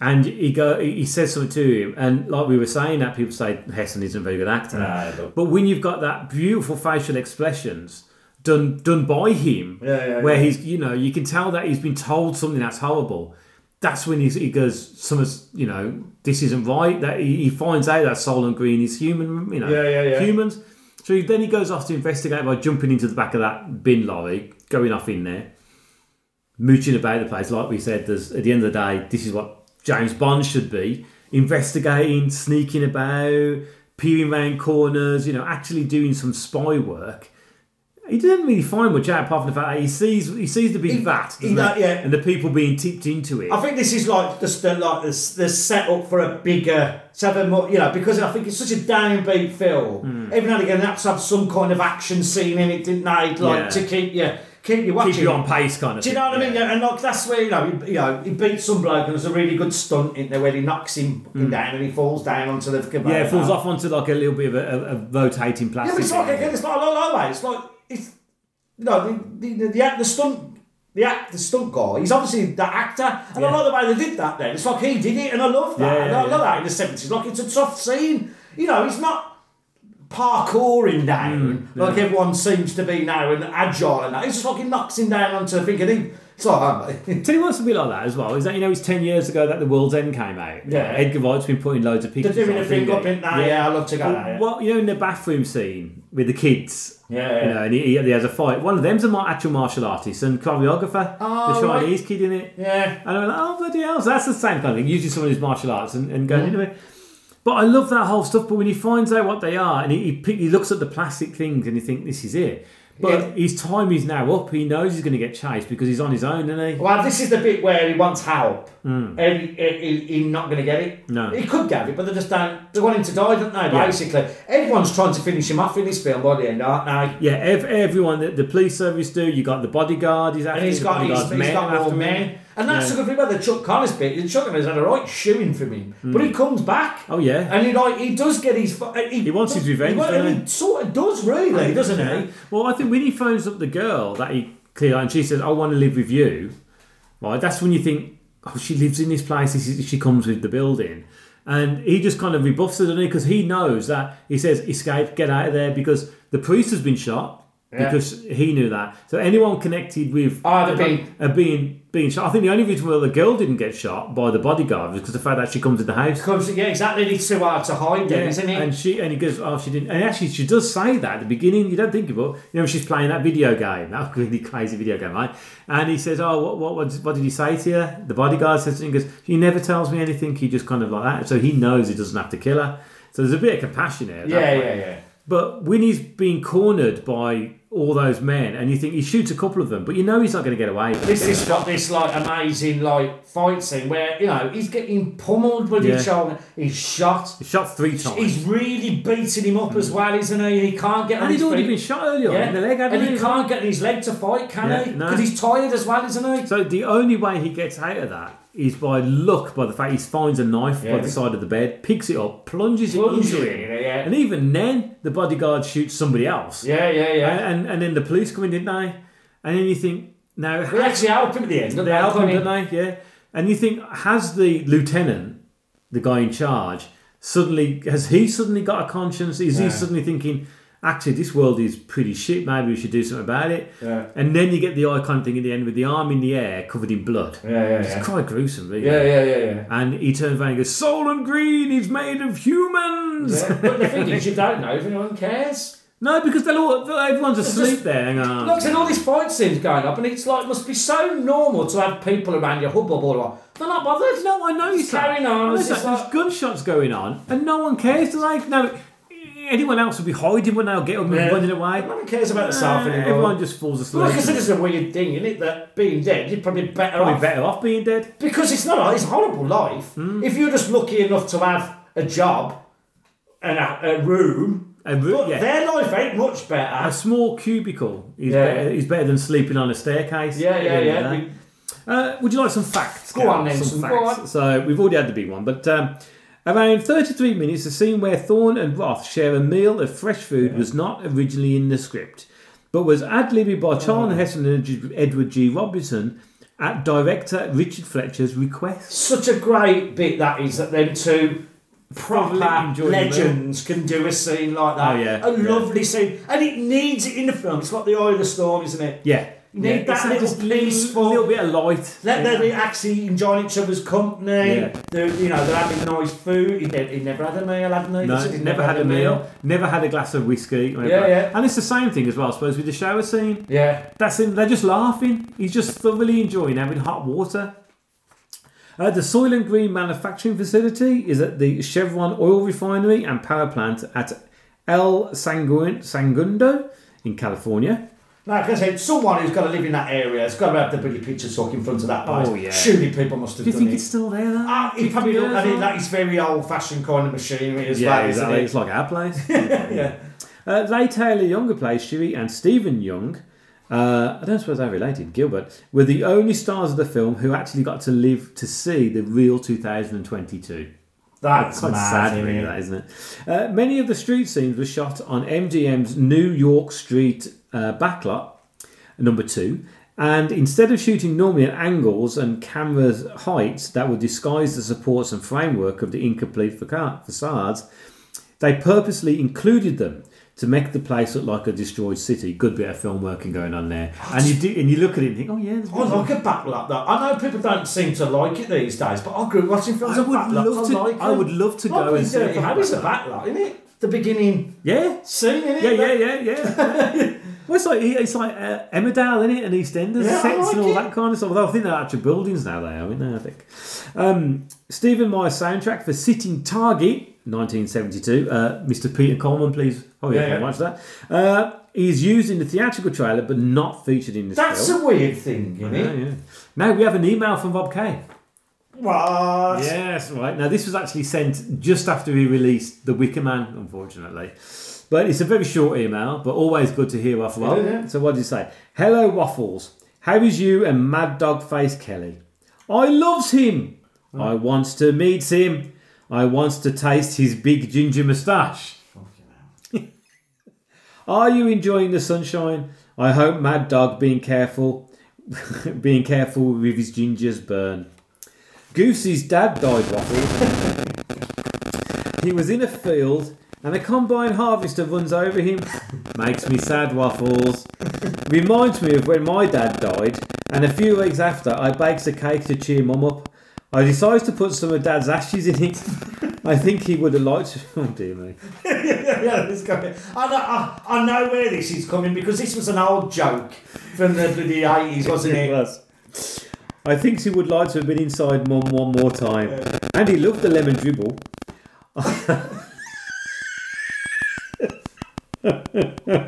Speaker 11: and he go, he says something to him, and like we were saying, that people say Heston isn't a very good actor.
Speaker 12: No, but-
Speaker 11: but when you've got that beautiful facial expressions done done by him,
Speaker 12: Yeah, yeah,
Speaker 11: where
Speaker 12: yeah.
Speaker 11: he's you know you can tell that he's been told something that's horrible. That's when he's, he goes, "Someone's you know this isn't right." That he, he finds out that Solon Green is human, you know,
Speaker 12: Yeah, yeah, yeah.
Speaker 11: humans. So he, then he goes off to investigate by jumping into the back of that bin lorry, going off in there, mooching about the place. Like we said, there's, at the end of the day, this is what James Bond should be investigating, sneaking about, peering round corners, you know, actually doing some spy work. He didn't really find much out apart from the fact that he sees he sees the big vat
Speaker 12: he
Speaker 11: doesn't
Speaker 12: don't-
Speaker 11: he?
Speaker 12: yeah.
Speaker 11: and the people being tipped into it.
Speaker 12: I think this is like the st- like the, s- the setup for a bigger seven more, you know, because I think it's such a downbeat film.
Speaker 11: Hmm.
Speaker 12: Every now and again, that's have some kind of action scene in it, didn't they? Like
Speaker 11: Yeah.
Speaker 12: to keep you keep you watching,
Speaker 11: keep you on pace, kind of.
Speaker 12: Do you know what I mean? Yeah, And like that's where you know, he, you know, he beats some bloke and there's a really good stunt in there where he knocks him
Speaker 11: Mm.
Speaker 12: down and he falls down onto the conveyor.
Speaker 11: Yeah, it falls
Speaker 12: belt.
Speaker 11: off onto like a little bit of a, a, a rotating
Speaker 12: Yeah,
Speaker 11: plastic.
Speaker 12: but it's like
Speaker 11: thing.
Speaker 12: again, it's not a lot like It's like it's no the the the, the, act- the stunt. The act, the stunt guy, he's obviously the actor, and I like the way they did that. Then it's like he did it, and I love that.
Speaker 11: Yeah,
Speaker 12: and
Speaker 11: yeah,
Speaker 12: I love
Speaker 11: yeah.
Speaker 12: that in the seventies. Like it's a tough scene, you know. He's not parkouring down like everyone seems to be now and agile and that. It's just like he knocks him down onto a thing, and he. It's like, oh, mate. <laughs>
Speaker 11: Tell you what's a bit like that as well is that you know it's ten years ago that The World's End came out.
Speaker 12: Yeah.
Speaker 11: Edgar Wright's been putting loads of pictures.
Speaker 12: They're doing
Speaker 11: on,
Speaker 12: a thing
Speaker 11: isn't
Speaker 12: up
Speaker 11: he?
Speaker 12: in that, yeah, I love to go
Speaker 11: Well,
Speaker 12: there, yeah.
Speaker 11: Well, you know in the bathroom scene with the kids.
Speaker 12: Yeah,
Speaker 11: You know, and he, he has a fight. One of them's a mar- actual martial artist and choreographer.
Speaker 12: Oh,
Speaker 11: the
Speaker 12: right.
Speaker 11: Chinese kid in it.
Speaker 12: Yeah.
Speaker 11: And I'm like, oh bloody hell! So that's the same kind of thing. Usually someone who's martial arts and, and
Speaker 12: Mm-hmm.
Speaker 11: going into it. But I love that whole stuff. But when he finds out what they are, and he he, pick, he looks at the plastic things, and he think this is it. But his time is now up. He knows he's going to get chased because he's on his own, isn't he?
Speaker 12: Well, this is the bit where he wants help,
Speaker 11: Mm.
Speaker 12: and he, he, he- he's not going to get it.
Speaker 11: No.
Speaker 12: He could get it, but they just don't. They want him to die, don't they?
Speaker 11: Yeah.
Speaker 12: Basically, everyone's trying to finish him off in this film by the end, aren't they?
Speaker 11: Yeah, ev- everyone that the police service do. You got the bodyguard. He's after
Speaker 12: And he's
Speaker 11: the
Speaker 12: got, he's,
Speaker 11: bodyguard's
Speaker 12: he's
Speaker 11: men
Speaker 12: got more
Speaker 11: after him.
Speaker 12: men. And that's
Speaker 11: Yeah.
Speaker 12: the good thing about the Chuck Connors bit. The Chuck Connors had a right shoeing from him, but
Speaker 11: Mm.
Speaker 12: he comes back.
Speaker 11: Oh yeah.
Speaker 12: And he like he does get his. fu- uh, He, he
Speaker 11: wants his revenge,
Speaker 12: He, wa-
Speaker 11: doesn't
Speaker 12: and
Speaker 11: he?
Speaker 12: he sort of does really, doesn't he?
Speaker 11: eh? Well, I think when he phones up the girl that he cleared out and she says, I want to live with you, right? That's when you think, oh, she lives in this place, this is, she comes with the building. And he just kind of rebuffs it, doesn't he? Because he knows that he says, escape, get out of there, because the priest has been shot.
Speaker 12: Yeah.
Speaker 11: Because he knew that. So anyone connected with
Speaker 12: Ah, they're being-
Speaker 11: uh, being being shot. I think the only reason why the girl didn't get shot by the bodyguard was because the fact that she comes in the house.
Speaker 12: Comes, yeah, exactly. It's too hard to hide, then, isn't it?
Speaker 11: And she and he goes, oh, she didn't. And actually, she does say that at the beginning. You don't think about, you know, when she's playing that video game, that <laughs> really crazy video game, right? And he says, oh, what what what, what did he say to you? The bodyguard says, something, he goes, he never tells me anything. He just kind of like that. So he knows he doesn't have to kill her. So there's a bit of compassion there. at that
Speaker 12: yeah,
Speaker 11: point.
Speaker 12: yeah, yeah.
Speaker 11: But when he's being cornered by all those men, and you think he shoots a couple of them, but you know he's not going to get away. with it.
Speaker 12: This has got this like amazing like fight scene where you know he's getting pummeled with
Speaker 11: Yeah.
Speaker 12: each shoulder. He's shot.
Speaker 11: He's shot three times.
Speaker 12: He's really beating him up as well, isn't he? He can't get.
Speaker 11: And
Speaker 12: on
Speaker 11: he'd
Speaker 12: his
Speaker 11: already
Speaker 12: feet.
Speaker 11: been shot earlier on in the leg, hadn't
Speaker 12: and
Speaker 11: he,
Speaker 12: he
Speaker 11: as
Speaker 12: can't get his leg to fight, can
Speaker 11: Yeah,
Speaker 12: he?
Speaker 11: no.
Speaker 12: Because he's tired as well, isn't he?
Speaker 11: So the only way he gets out of that is by luck, by the fact he finds a knife
Speaker 12: Yeah.
Speaker 11: by the side of the bed, picks it up, plunges,
Speaker 12: Plunges
Speaker 11: it into
Speaker 12: it
Speaker 11: him,
Speaker 12: in it, yeah.
Speaker 11: and even then the bodyguard shoots somebody else.
Speaker 12: Yeah, yeah, yeah.
Speaker 11: And and, and then the police come in, didn't they? And then you think now
Speaker 12: They actually help him at the end, don't
Speaker 11: They
Speaker 12: they?
Speaker 11: help him,
Speaker 12: Come in.
Speaker 11: don't they? Yeah. And you think has the lieutenant, the guy in charge, suddenly has he suddenly got a conscience? Is
Speaker 12: No.
Speaker 11: he suddenly thinking? Actually, this world is pretty shit. Maybe we should do something about it.
Speaker 12: Yeah.
Speaker 11: And then you get the icon thing at the end with the arm in the air covered in blood.
Speaker 12: Yeah, yeah,
Speaker 11: It's
Speaker 12: yeah.
Speaker 11: quite gruesome, really.
Speaker 12: Yeah, yeah, yeah, yeah.
Speaker 11: And he turns around and goes, Solon Green is made of humans! <laughs>
Speaker 12: Yeah. But the thing is, you don't know if anyone cares.
Speaker 11: no, because they're all, everyone's
Speaker 12: It's
Speaker 11: asleep
Speaker 12: just-
Speaker 11: there. um, Hang on.
Speaker 12: Look, and all these fight scenes going up, and it's like must be so normal to have people around your hubbub all along. They're not bothered.
Speaker 11: No, I know you
Speaker 12: Just carrying on.
Speaker 11: There's,
Speaker 12: It's just like-
Speaker 11: gunshots going on, and no one cares. They're like, no, anyone else would be hiding when they'll get up and
Speaker 12: Yeah.
Speaker 11: running away. No
Speaker 12: one cares about the South anymore.
Speaker 11: Everyone just falls asleep.
Speaker 12: Well, like I said, it's a weird thing, isn't it? That being dead, you're probably better
Speaker 11: Probably
Speaker 12: off.
Speaker 11: better Mm. off being dead.
Speaker 12: Because it's not, it's a horrible life. If you're just lucky enough to have a job and a, a room,
Speaker 11: a room
Speaker 12: but
Speaker 11: Uh, yeah.
Speaker 12: their life ain't much better.
Speaker 11: a small cubicle is,
Speaker 12: Yeah.
Speaker 11: better, is better than sleeping on a staircase.
Speaker 12: Yeah, yeah,
Speaker 11: Anything
Speaker 12: yeah.
Speaker 11: like that. Uh, would you like some facts?
Speaker 12: Go
Speaker 11: Cal?
Speaker 12: on then,
Speaker 11: some
Speaker 12: some- go
Speaker 11: facts.
Speaker 12: on.
Speaker 11: So we've already had the big one, but um, Around 33 minutes, the scene where Thorne and Roth share a meal of fresh food was not originally in the script, but was ad libbed by Charlton Heston and Ed- Edward G. Robinson at director Richard Fletcher's request.
Speaker 12: Such a great bit that is that them two proper
Speaker 11: the meal.
Speaker 12: legends can do a scene like that.
Speaker 11: Oh, yeah,
Speaker 12: A
Speaker 11: yeah.
Speaker 12: lovely scene. And it needs it in the film. It's like the eye of the storm, isn't it?
Speaker 11: Yeah.
Speaker 12: Need
Speaker 11: Yeah,
Speaker 12: that
Speaker 11: it's
Speaker 12: little
Speaker 11: just peaceful, little bit of light.
Speaker 12: Let
Speaker 11: Yeah.
Speaker 12: them be actually enjoying each other's company.
Speaker 11: Yeah.
Speaker 12: They're, you know, they're having nice food. He, ne- he never had a meal, hadn't he?
Speaker 11: No,
Speaker 12: He said
Speaker 11: never,
Speaker 12: he'd
Speaker 11: had a meal, never had a glass of whiskey. or
Speaker 12: Yeah,
Speaker 11: anything.
Speaker 12: yeah.
Speaker 11: And it's the same thing as well, I suppose, with the shower scene.
Speaker 12: Yeah.
Speaker 11: That's him, they're just laughing. He's just thoroughly enjoying having hot water. Uh, the Soil and Green manufacturing facility is at the Chevron oil refinery and power plant at El Sanguin, Sangundo in California.
Speaker 12: Like I said, someone who's got to live in that area has got to have the bloody picture stuck in front of that place.
Speaker 11: Oh, yeah.
Speaker 12: Surely people must have
Speaker 11: Do you
Speaker 12: done
Speaker 11: think
Speaker 12: it.
Speaker 11: it's still there? though?
Speaker 12: Ah, he
Speaker 11: 50
Speaker 12: probably looked
Speaker 11: years
Speaker 12: at it
Speaker 11: on?
Speaker 12: like it's very old fashioned kind of machinery as
Speaker 11: yeah,
Speaker 12: well,
Speaker 11: exactly. It's
Speaker 12: isn't
Speaker 11: like our place. <laughs> yeah. Uh, they Taylor Younger plays Shiri and Stephen Young. Uh, I don't suppose they're related. Gilbert were the only stars of the film who actually got to live to see the real 2022.
Speaker 12: That's
Speaker 11: quite
Speaker 12: mad,
Speaker 11: sad,
Speaker 12: isn't
Speaker 11: really,
Speaker 12: it?
Speaker 11: that isn't it? Uh, many of the street scenes were shot on MGM's New York Street uh, backlot, number two. And instead of shooting normally at angles and cameras heights that would disguise the supports and framework of the incomplete faca- facades, they purposely included them to make the place look like a destroyed city. Good bit of film working going on there. And you do, and you look at it and think, oh yeah, there's
Speaker 12: I like a backlot though. I know people don't seem to like it these days, but I grew up watching films
Speaker 11: I
Speaker 12: of
Speaker 11: would
Speaker 12: backlots.
Speaker 11: love to-
Speaker 12: I, like
Speaker 11: I
Speaker 12: them.
Speaker 11: would love to
Speaker 12: Like
Speaker 11: go and
Speaker 12: we
Speaker 11: see
Speaker 12: did
Speaker 11: it
Speaker 12: for
Speaker 11: in a
Speaker 12: Harry's a
Speaker 11: backlot.
Speaker 12: backlot, isn't it? The beginning
Speaker 11: yeah,
Speaker 12: scene, isn't
Speaker 11: yeah,
Speaker 12: it?
Speaker 11: yeah, yeah, yeah. well, it's like it's like uh, Emmerdale in it and EastEnders
Speaker 12: Yeah, I
Speaker 11: sets
Speaker 12: like
Speaker 11: and all
Speaker 12: it.
Speaker 11: that kind of stuff. Although I think they're actual buildings now. They are, aren't they? I think. Um, Stephen Meyer's soundtrack for Sitting Target, 1972. Uh, Mr. Peter Coleman, please. Oh yeah,
Speaker 12: Yeah,
Speaker 11: can
Speaker 12: yeah.
Speaker 11: watch that. Uh, is used in the theatrical trailer but not featured in this
Speaker 12: <laughs> That's
Speaker 11: film.
Speaker 12: a weird thing, isn't
Speaker 11: I know,
Speaker 12: it?
Speaker 11: yeah. Now we have an email from Bob Kay.
Speaker 12: What?
Speaker 11: Yes, right. Now, this was actually sent just after we released The Wicker Man, unfortunately. But it's a very short email, but always good to hear off well.
Speaker 12: Yeah, yeah.
Speaker 11: So, what did you say? Hello, Waffles. How is you and Mad Dog Face Kelly? I loves him. I wants to meet him. I wants to taste his big ginger moustache. <laughs> Are you enjoying the sunshine? I hope Mad Dog being careful, <laughs> being careful with his gingers burn. Goosey's dad died, Waffle. he was in a field and a combine harvester runs over him. <laughs> Makes me sad, Waffles. Reminds me of when my dad died, and a few weeks after, I baked a cake to cheer mum up. I decided to put some of dad's ashes in it. <laughs> I think he would have liked it. <laughs> Oh, dear me.
Speaker 12: yeah, <laughs> yeah, this guy. I know, I, I know where this is coming because this was an old joke from the, the 80s, wasn't it?
Speaker 11: <laughs> It
Speaker 12: <laughs>
Speaker 11: was. I think she would like to have been inside mum one more time. And he loved the lemon dribble. <laughs>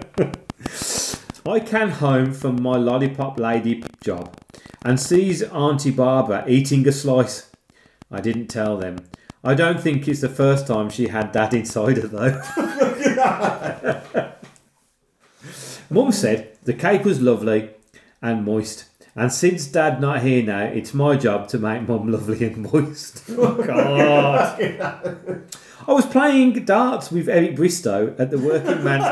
Speaker 11: I can home from my lollipop lady job and sees Auntie Barbara eating a slice. I didn't tell them. I don't think it's the first time she had that inside her though. Mum said the cake was lovely and moist. And since Dad not here now, it's my job to make Mum <laughs> lovely and moist. <laughs> Oh, God. I was playing darts with Eric Bristow at the Working <laughs> Man.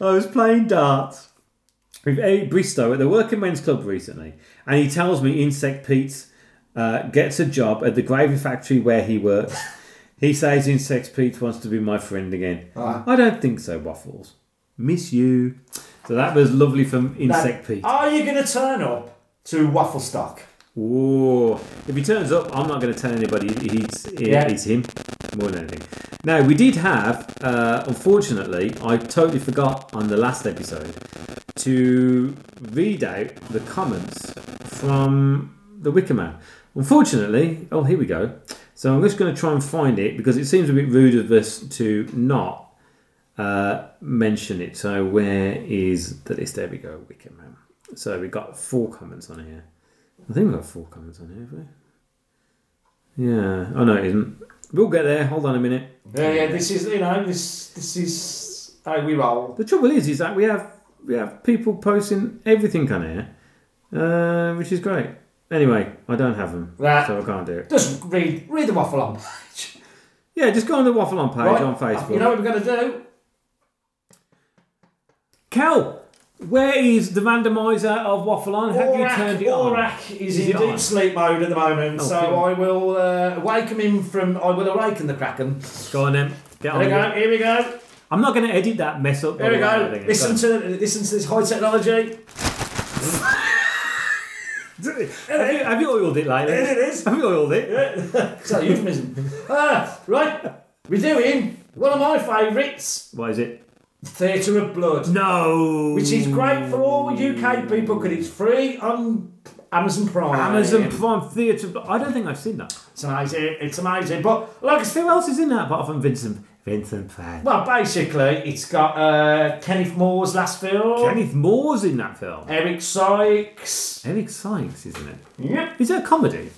Speaker 11: I was playing darts with Eric Bristow at the Working Men's Club recently, and he tells me Insect Pete uh, gets a job at the gravy factory where he works. he says Insect Pete wants to be my friend again.
Speaker 12: Ah.
Speaker 11: I don't think so, Waffles. Miss you. So that was lovely from Insect
Speaker 12: Now,
Speaker 11: Pete.
Speaker 12: Are you going to turn up to Waffle Stock?
Speaker 11: Ooh. If he turns up, I'm not going to tell anybody he's, he-
Speaker 12: Yeah.
Speaker 11: it's him more than anything. Now, we did have, uh, unfortunately, I totally forgot on the last episode to read out the comments from the Wicker Man. Unfortunately, oh, here we go. So I'm just going to try and find it because it seems a bit rude of us to not uh, mention it. So, where is the list? There we go, Wicker Man. So, we got four comments on here. I think we've got four comments on here, have we? Yeah. Oh no, it isn't. We'll get there. Hold on a minute.
Speaker 12: Yeah, yeah, this is, you know, this this is how we roll.
Speaker 11: The trouble is, is that we have we have people posting everything on here, uh, which is great. Anyway, I don't have them,
Speaker 12: Right.
Speaker 11: so I can't do it.
Speaker 12: Just read read the waffle on.
Speaker 11: Yeah, just go on the Waffle On page
Speaker 12: Right.
Speaker 11: on Facebook.
Speaker 12: You know what we're going to do?
Speaker 11: Cal, where is the randomizer of Waffle On? Have you
Speaker 12: Aurak-
Speaker 11: turned it
Speaker 12: Aurak
Speaker 11: on?
Speaker 12: is, in
Speaker 11: it
Speaker 12: deep
Speaker 11: on?
Speaker 12: sleep mode at the moment,
Speaker 11: Oh,
Speaker 12: so
Speaker 11: good.
Speaker 12: I will uh, wake him in from. I will awaken the Kraken.
Speaker 11: Go on then. Get
Speaker 12: Here
Speaker 11: on
Speaker 12: we
Speaker 11: with
Speaker 12: go.
Speaker 11: it.
Speaker 12: Here we go.
Speaker 11: I'm not going to edit that mess up. by
Speaker 12: Here we
Speaker 11: the way, I
Speaker 12: go.
Speaker 11: think.
Speaker 12: Listen
Speaker 11: So-
Speaker 12: to listen to this high technology.
Speaker 11: Hmm? Have you, have you oiled it lately?
Speaker 12: There it is. <laughs>
Speaker 11: Have you oiled it?
Speaker 12: it's not a euphemism. Ah, right. We're doing one of my favourites.
Speaker 11: What is it?
Speaker 12: Theatre of Blood.
Speaker 11: No.
Speaker 12: Which is great for all UK people because it's free on Amazon Prime.
Speaker 11: Amazon Prime Theatre. But I don't think I've seen that.
Speaker 12: It's amazing. It's amazing. But like,
Speaker 11: who else is in that apart from Vincent? Vincent Price.
Speaker 12: Well, basically, it's got uh, Kenneth Moore's last film.
Speaker 11: Kenneth Moore's in that film.
Speaker 12: Eric Sykes.
Speaker 11: Eric Sykes, isn't it?
Speaker 12: Yep.
Speaker 11: Is it a comedy?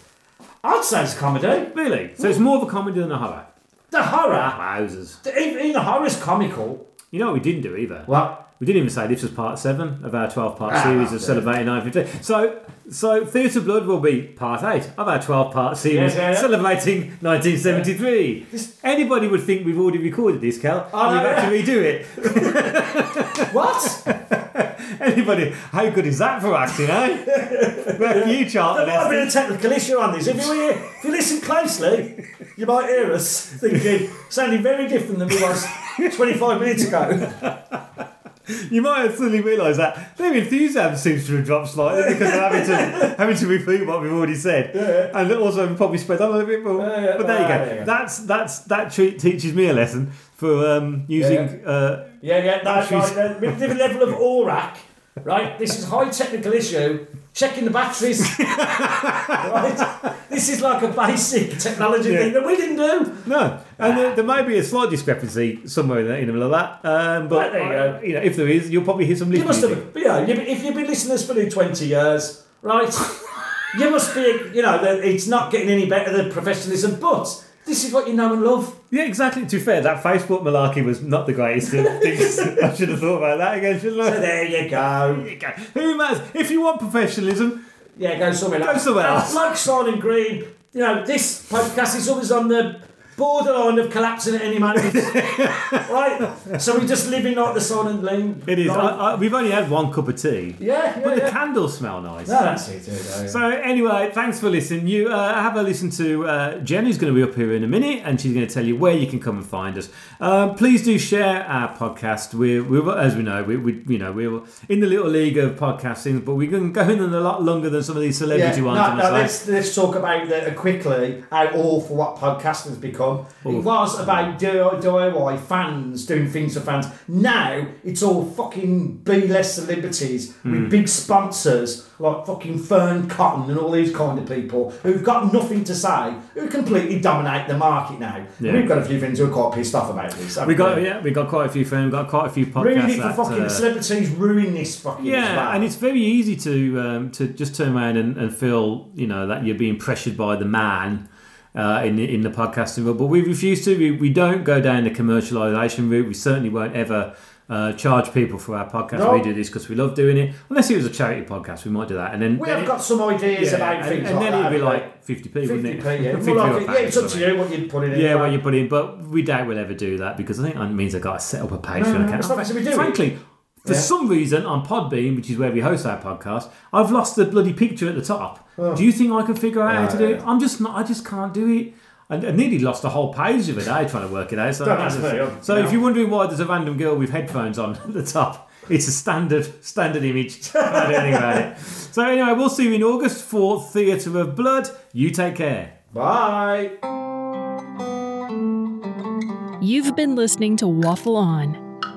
Speaker 12: I'd say it's a comedy.
Speaker 11: Really? So it's more of a comedy than a horror.
Speaker 12: The horror.
Speaker 11: Wowzers.
Speaker 12: Even, even the horror's comical.
Speaker 11: You know what we didn't do either?
Speaker 12: What?
Speaker 11: We didn't even say this was part seven of our 12 part
Speaker 12: Ah,
Speaker 11: series
Speaker 12: yeah.
Speaker 11: of celebrating 915. So, so Theatre Blood will be part eight of our 12 part series
Speaker 12: Yes, yeah, yeah.
Speaker 11: celebrating 1973. Anybody would think we've already recorded this, Cal.
Speaker 12: I
Speaker 11: and
Speaker 12: know,
Speaker 11: we've had to redo it. <laughs>
Speaker 12: What?
Speaker 11: Anybody, how good is that for acting,
Speaker 12: <laughs>
Speaker 11: eh? Well, you chart
Speaker 12: There
Speaker 11: the
Speaker 12: might have been a
Speaker 11: lesson.
Speaker 12: technical issue on this. If you, hear, if you listen closely, you might hear us thinking, sounding very different than we was 25 minutes ago.
Speaker 11: You might have suddenly realised that their enthusiasm seems to have dropped slightly because they're having
Speaker 12: <laughs>
Speaker 11: to having to repeat what we've already said, and also we've probably spread on a little bit more. but there you,
Speaker 12: Ah,
Speaker 11: go.
Speaker 12: there you go.
Speaker 11: That's that's that treat teaches me a lesson for um, using. Uh,
Speaker 12: Yeah, yeah, that's
Speaker 11: Batteries.
Speaker 12: right. Uh, With the level of ORAC, right? This is high technical issue. Checking the batteries. <laughs> right? This is like a basic technology
Speaker 11: Yeah.
Speaker 12: thing that we didn't do.
Speaker 11: no, and uh, there, there may be a slight discrepancy somewhere in the, in the middle of that. Um, but
Speaker 12: Right, Ah, there you
Speaker 11: uh, know, if there is, you'll probably hear some.
Speaker 12: You
Speaker 11: leak
Speaker 12: must
Speaker 11: music.
Speaker 12: have, but, you know, you- if you've been listening to us for nearly 20 years,
Speaker 11: <laughs>
Speaker 12: right? you must be, you know, that it's not getting any better than professionalism, but this is what you know and love.
Speaker 11: Yeah, exactly. To be fair, that Facebook malarkey was not the greatest
Speaker 12: <laughs>
Speaker 11: of things. I should have thought about that again, shouldn't I?
Speaker 12: So there you
Speaker 11: There
Speaker 12: go.
Speaker 11: you go. Who matters? If you want professionalism,
Speaker 12: Yeah, go somewhere
Speaker 11: Go
Speaker 12: else.
Speaker 11: somewhere
Speaker 12: And
Speaker 11: else.
Speaker 12: Like Silent Green, you know, this podcast is always on the borderline of collapsing at
Speaker 11: <laughs>
Speaker 12: any moment. right? So we just live in like the Silent Green.
Speaker 11: it is.
Speaker 12: Like,
Speaker 11: I, I, we've only had one cup of tea.
Speaker 12: yeah, yeah.
Speaker 11: But the
Speaker 12: yeah.
Speaker 11: candles smell nice.
Speaker 12: No, that's it. there you go, yeah.
Speaker 11: So anyway, thanks for listening. You uh, have a listen to uh, Jen, who's going to be up here in a minute, and she's going to tell you where you can come and find us. Um, please do share our podcast. We're, we're as we know, we, we you know we're in the little league of podcasting, but we can go in a lot longer than some of these celebrity
Speaker 12: Yeah,
Speaker 11: ones.
Speaker 12: no,
Speaker 11: I'm
Speaker 12: no,
Speaker 11: afraid.
Speaker 12: let's, let's talk about the, uh, quickly how awful what podcasting's become. It was about D- DIY fans doing things for fans. Now it's all fucking B list celebrities
Speaker 11: Hmm.
Speaker 12: with big sponsors like fucking Fern Cotton and all these kind of people who've got nothing to say, who completely dominate the market now.
Speaker 11: Yeah.
Speaker 12: And we've got a few friends who are quite pissed off about this. haven't
Speaker 11: We got yeah, we got quite a few fans, got quite a few podcasts.
Speaker 12: Ruined it for
Speaker 11: that,
Speaker 12: fucking
Speaker 11: uh,
Speaker 12: celebrities, ruin this fucking
Speaker 11: yeah,
Speaker 12: flower.
Speaker 11: and it's very easy to um, to just turn around and, and feel you know that you're being pressured by the man uh, in the- in the podcasting world. But we refuse to. We, we don't go down the commercialization route. We certainly won't ever. Uh, charge people for our podcast.
Speaker 12: No.
Speaker 11: We do this because we love doing it. Unless it was a charity podcast, we might do that. And then
Speaker 12: We
Speaker 11: then
Speaker 12: have
Speaker 11: it-
Speaker 12: got some ideas
Speaker 11: yeah,
Speaker 12: about
Speaker 11: and,
Speaker 12: things
Speaker 11: and
Speaker 12: like
Speaker 11: then
Speaker 12: that.
Speaker 11: it'd be
Speaker 12: haven't we?
Speaker 11: like <laughs> fifty p, wouldn't it?
Speaker 12: 50p, yeah.
Speaker 11: 50p
Speaker 12: Well,
Speaker 11: or
Speaker 12: like, yeah, it's up
Speaker 11: pounds,
Speaker 12: to you what you'd put in it.
Speaker 11: Yeah,
Speaker 12: but-
Speaker 11: well, you put in, but we doubt we'll ever do that because I think that means I've got to set up a Patreon
Speaker 12: no,
Speaker 11: account.
Speaker 12: it's not meant to be doing
Speaker 11: Frankly, for
Speaker 12: Yeah.
Speaker 11: some reason on Podbean, which is where we host our podcast, I've lost the bloody picture at the top.
Speaker 12: Oh. Uh,
Speaker 11: Do you think I can figure out how to do
Speaker 12: No.
Speaker 11: it? I'm just not. I just can't do it. I I nearly lost a whole page of a day trying to work it out. So,
Speaker 12: Don't ask me, I'm-
Speaker 11: so if
Speaker 12: no.
Speaker 11: you're wondering why there's a random girl with headphones on <laughs> at the top, it's a standard standard image. <laughs> I don't think about it. So anyway, we'll see you in August for Theatre of Blood. You take care.
Speaker 12: Bye.
Speaker 17: You've been listening to Waffle On.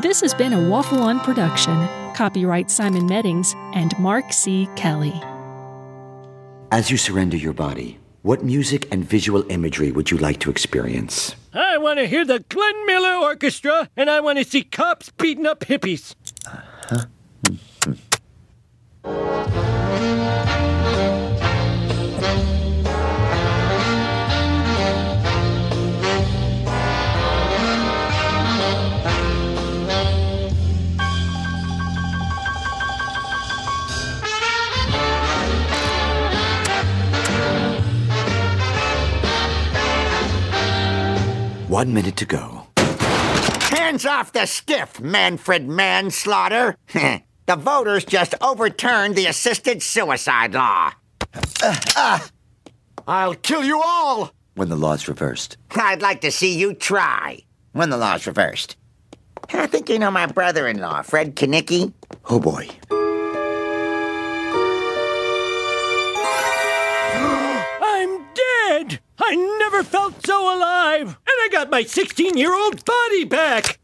Speaker 17: This has been a Waffle On production. Copyright Simon Meddings and Mark C. Kelly.
Speaker 18: As you surrender your body, what music and visual imagery would you like to experience?
Speaker 12: I want to hear the Glenn Miller Orchestra, and I want to see cops beating up hippies.
Speaker 18: One minute to go.
Speaker 19: Hands off the skiff, Manfred Manslaughter. the voters just overturned the assisted suicide law. Uh, uh, I'll kill you all.
Speaker 18: When the law's reversed,
Speaker 19: I'd like to see you try. When the law's reversed. I think you know my brother in law, Fred Kanicki.
Speaker 18: oh boy.
Speaker 12: <gasps> I'm dead! I never felt so alive! And I got my 16 year old body back!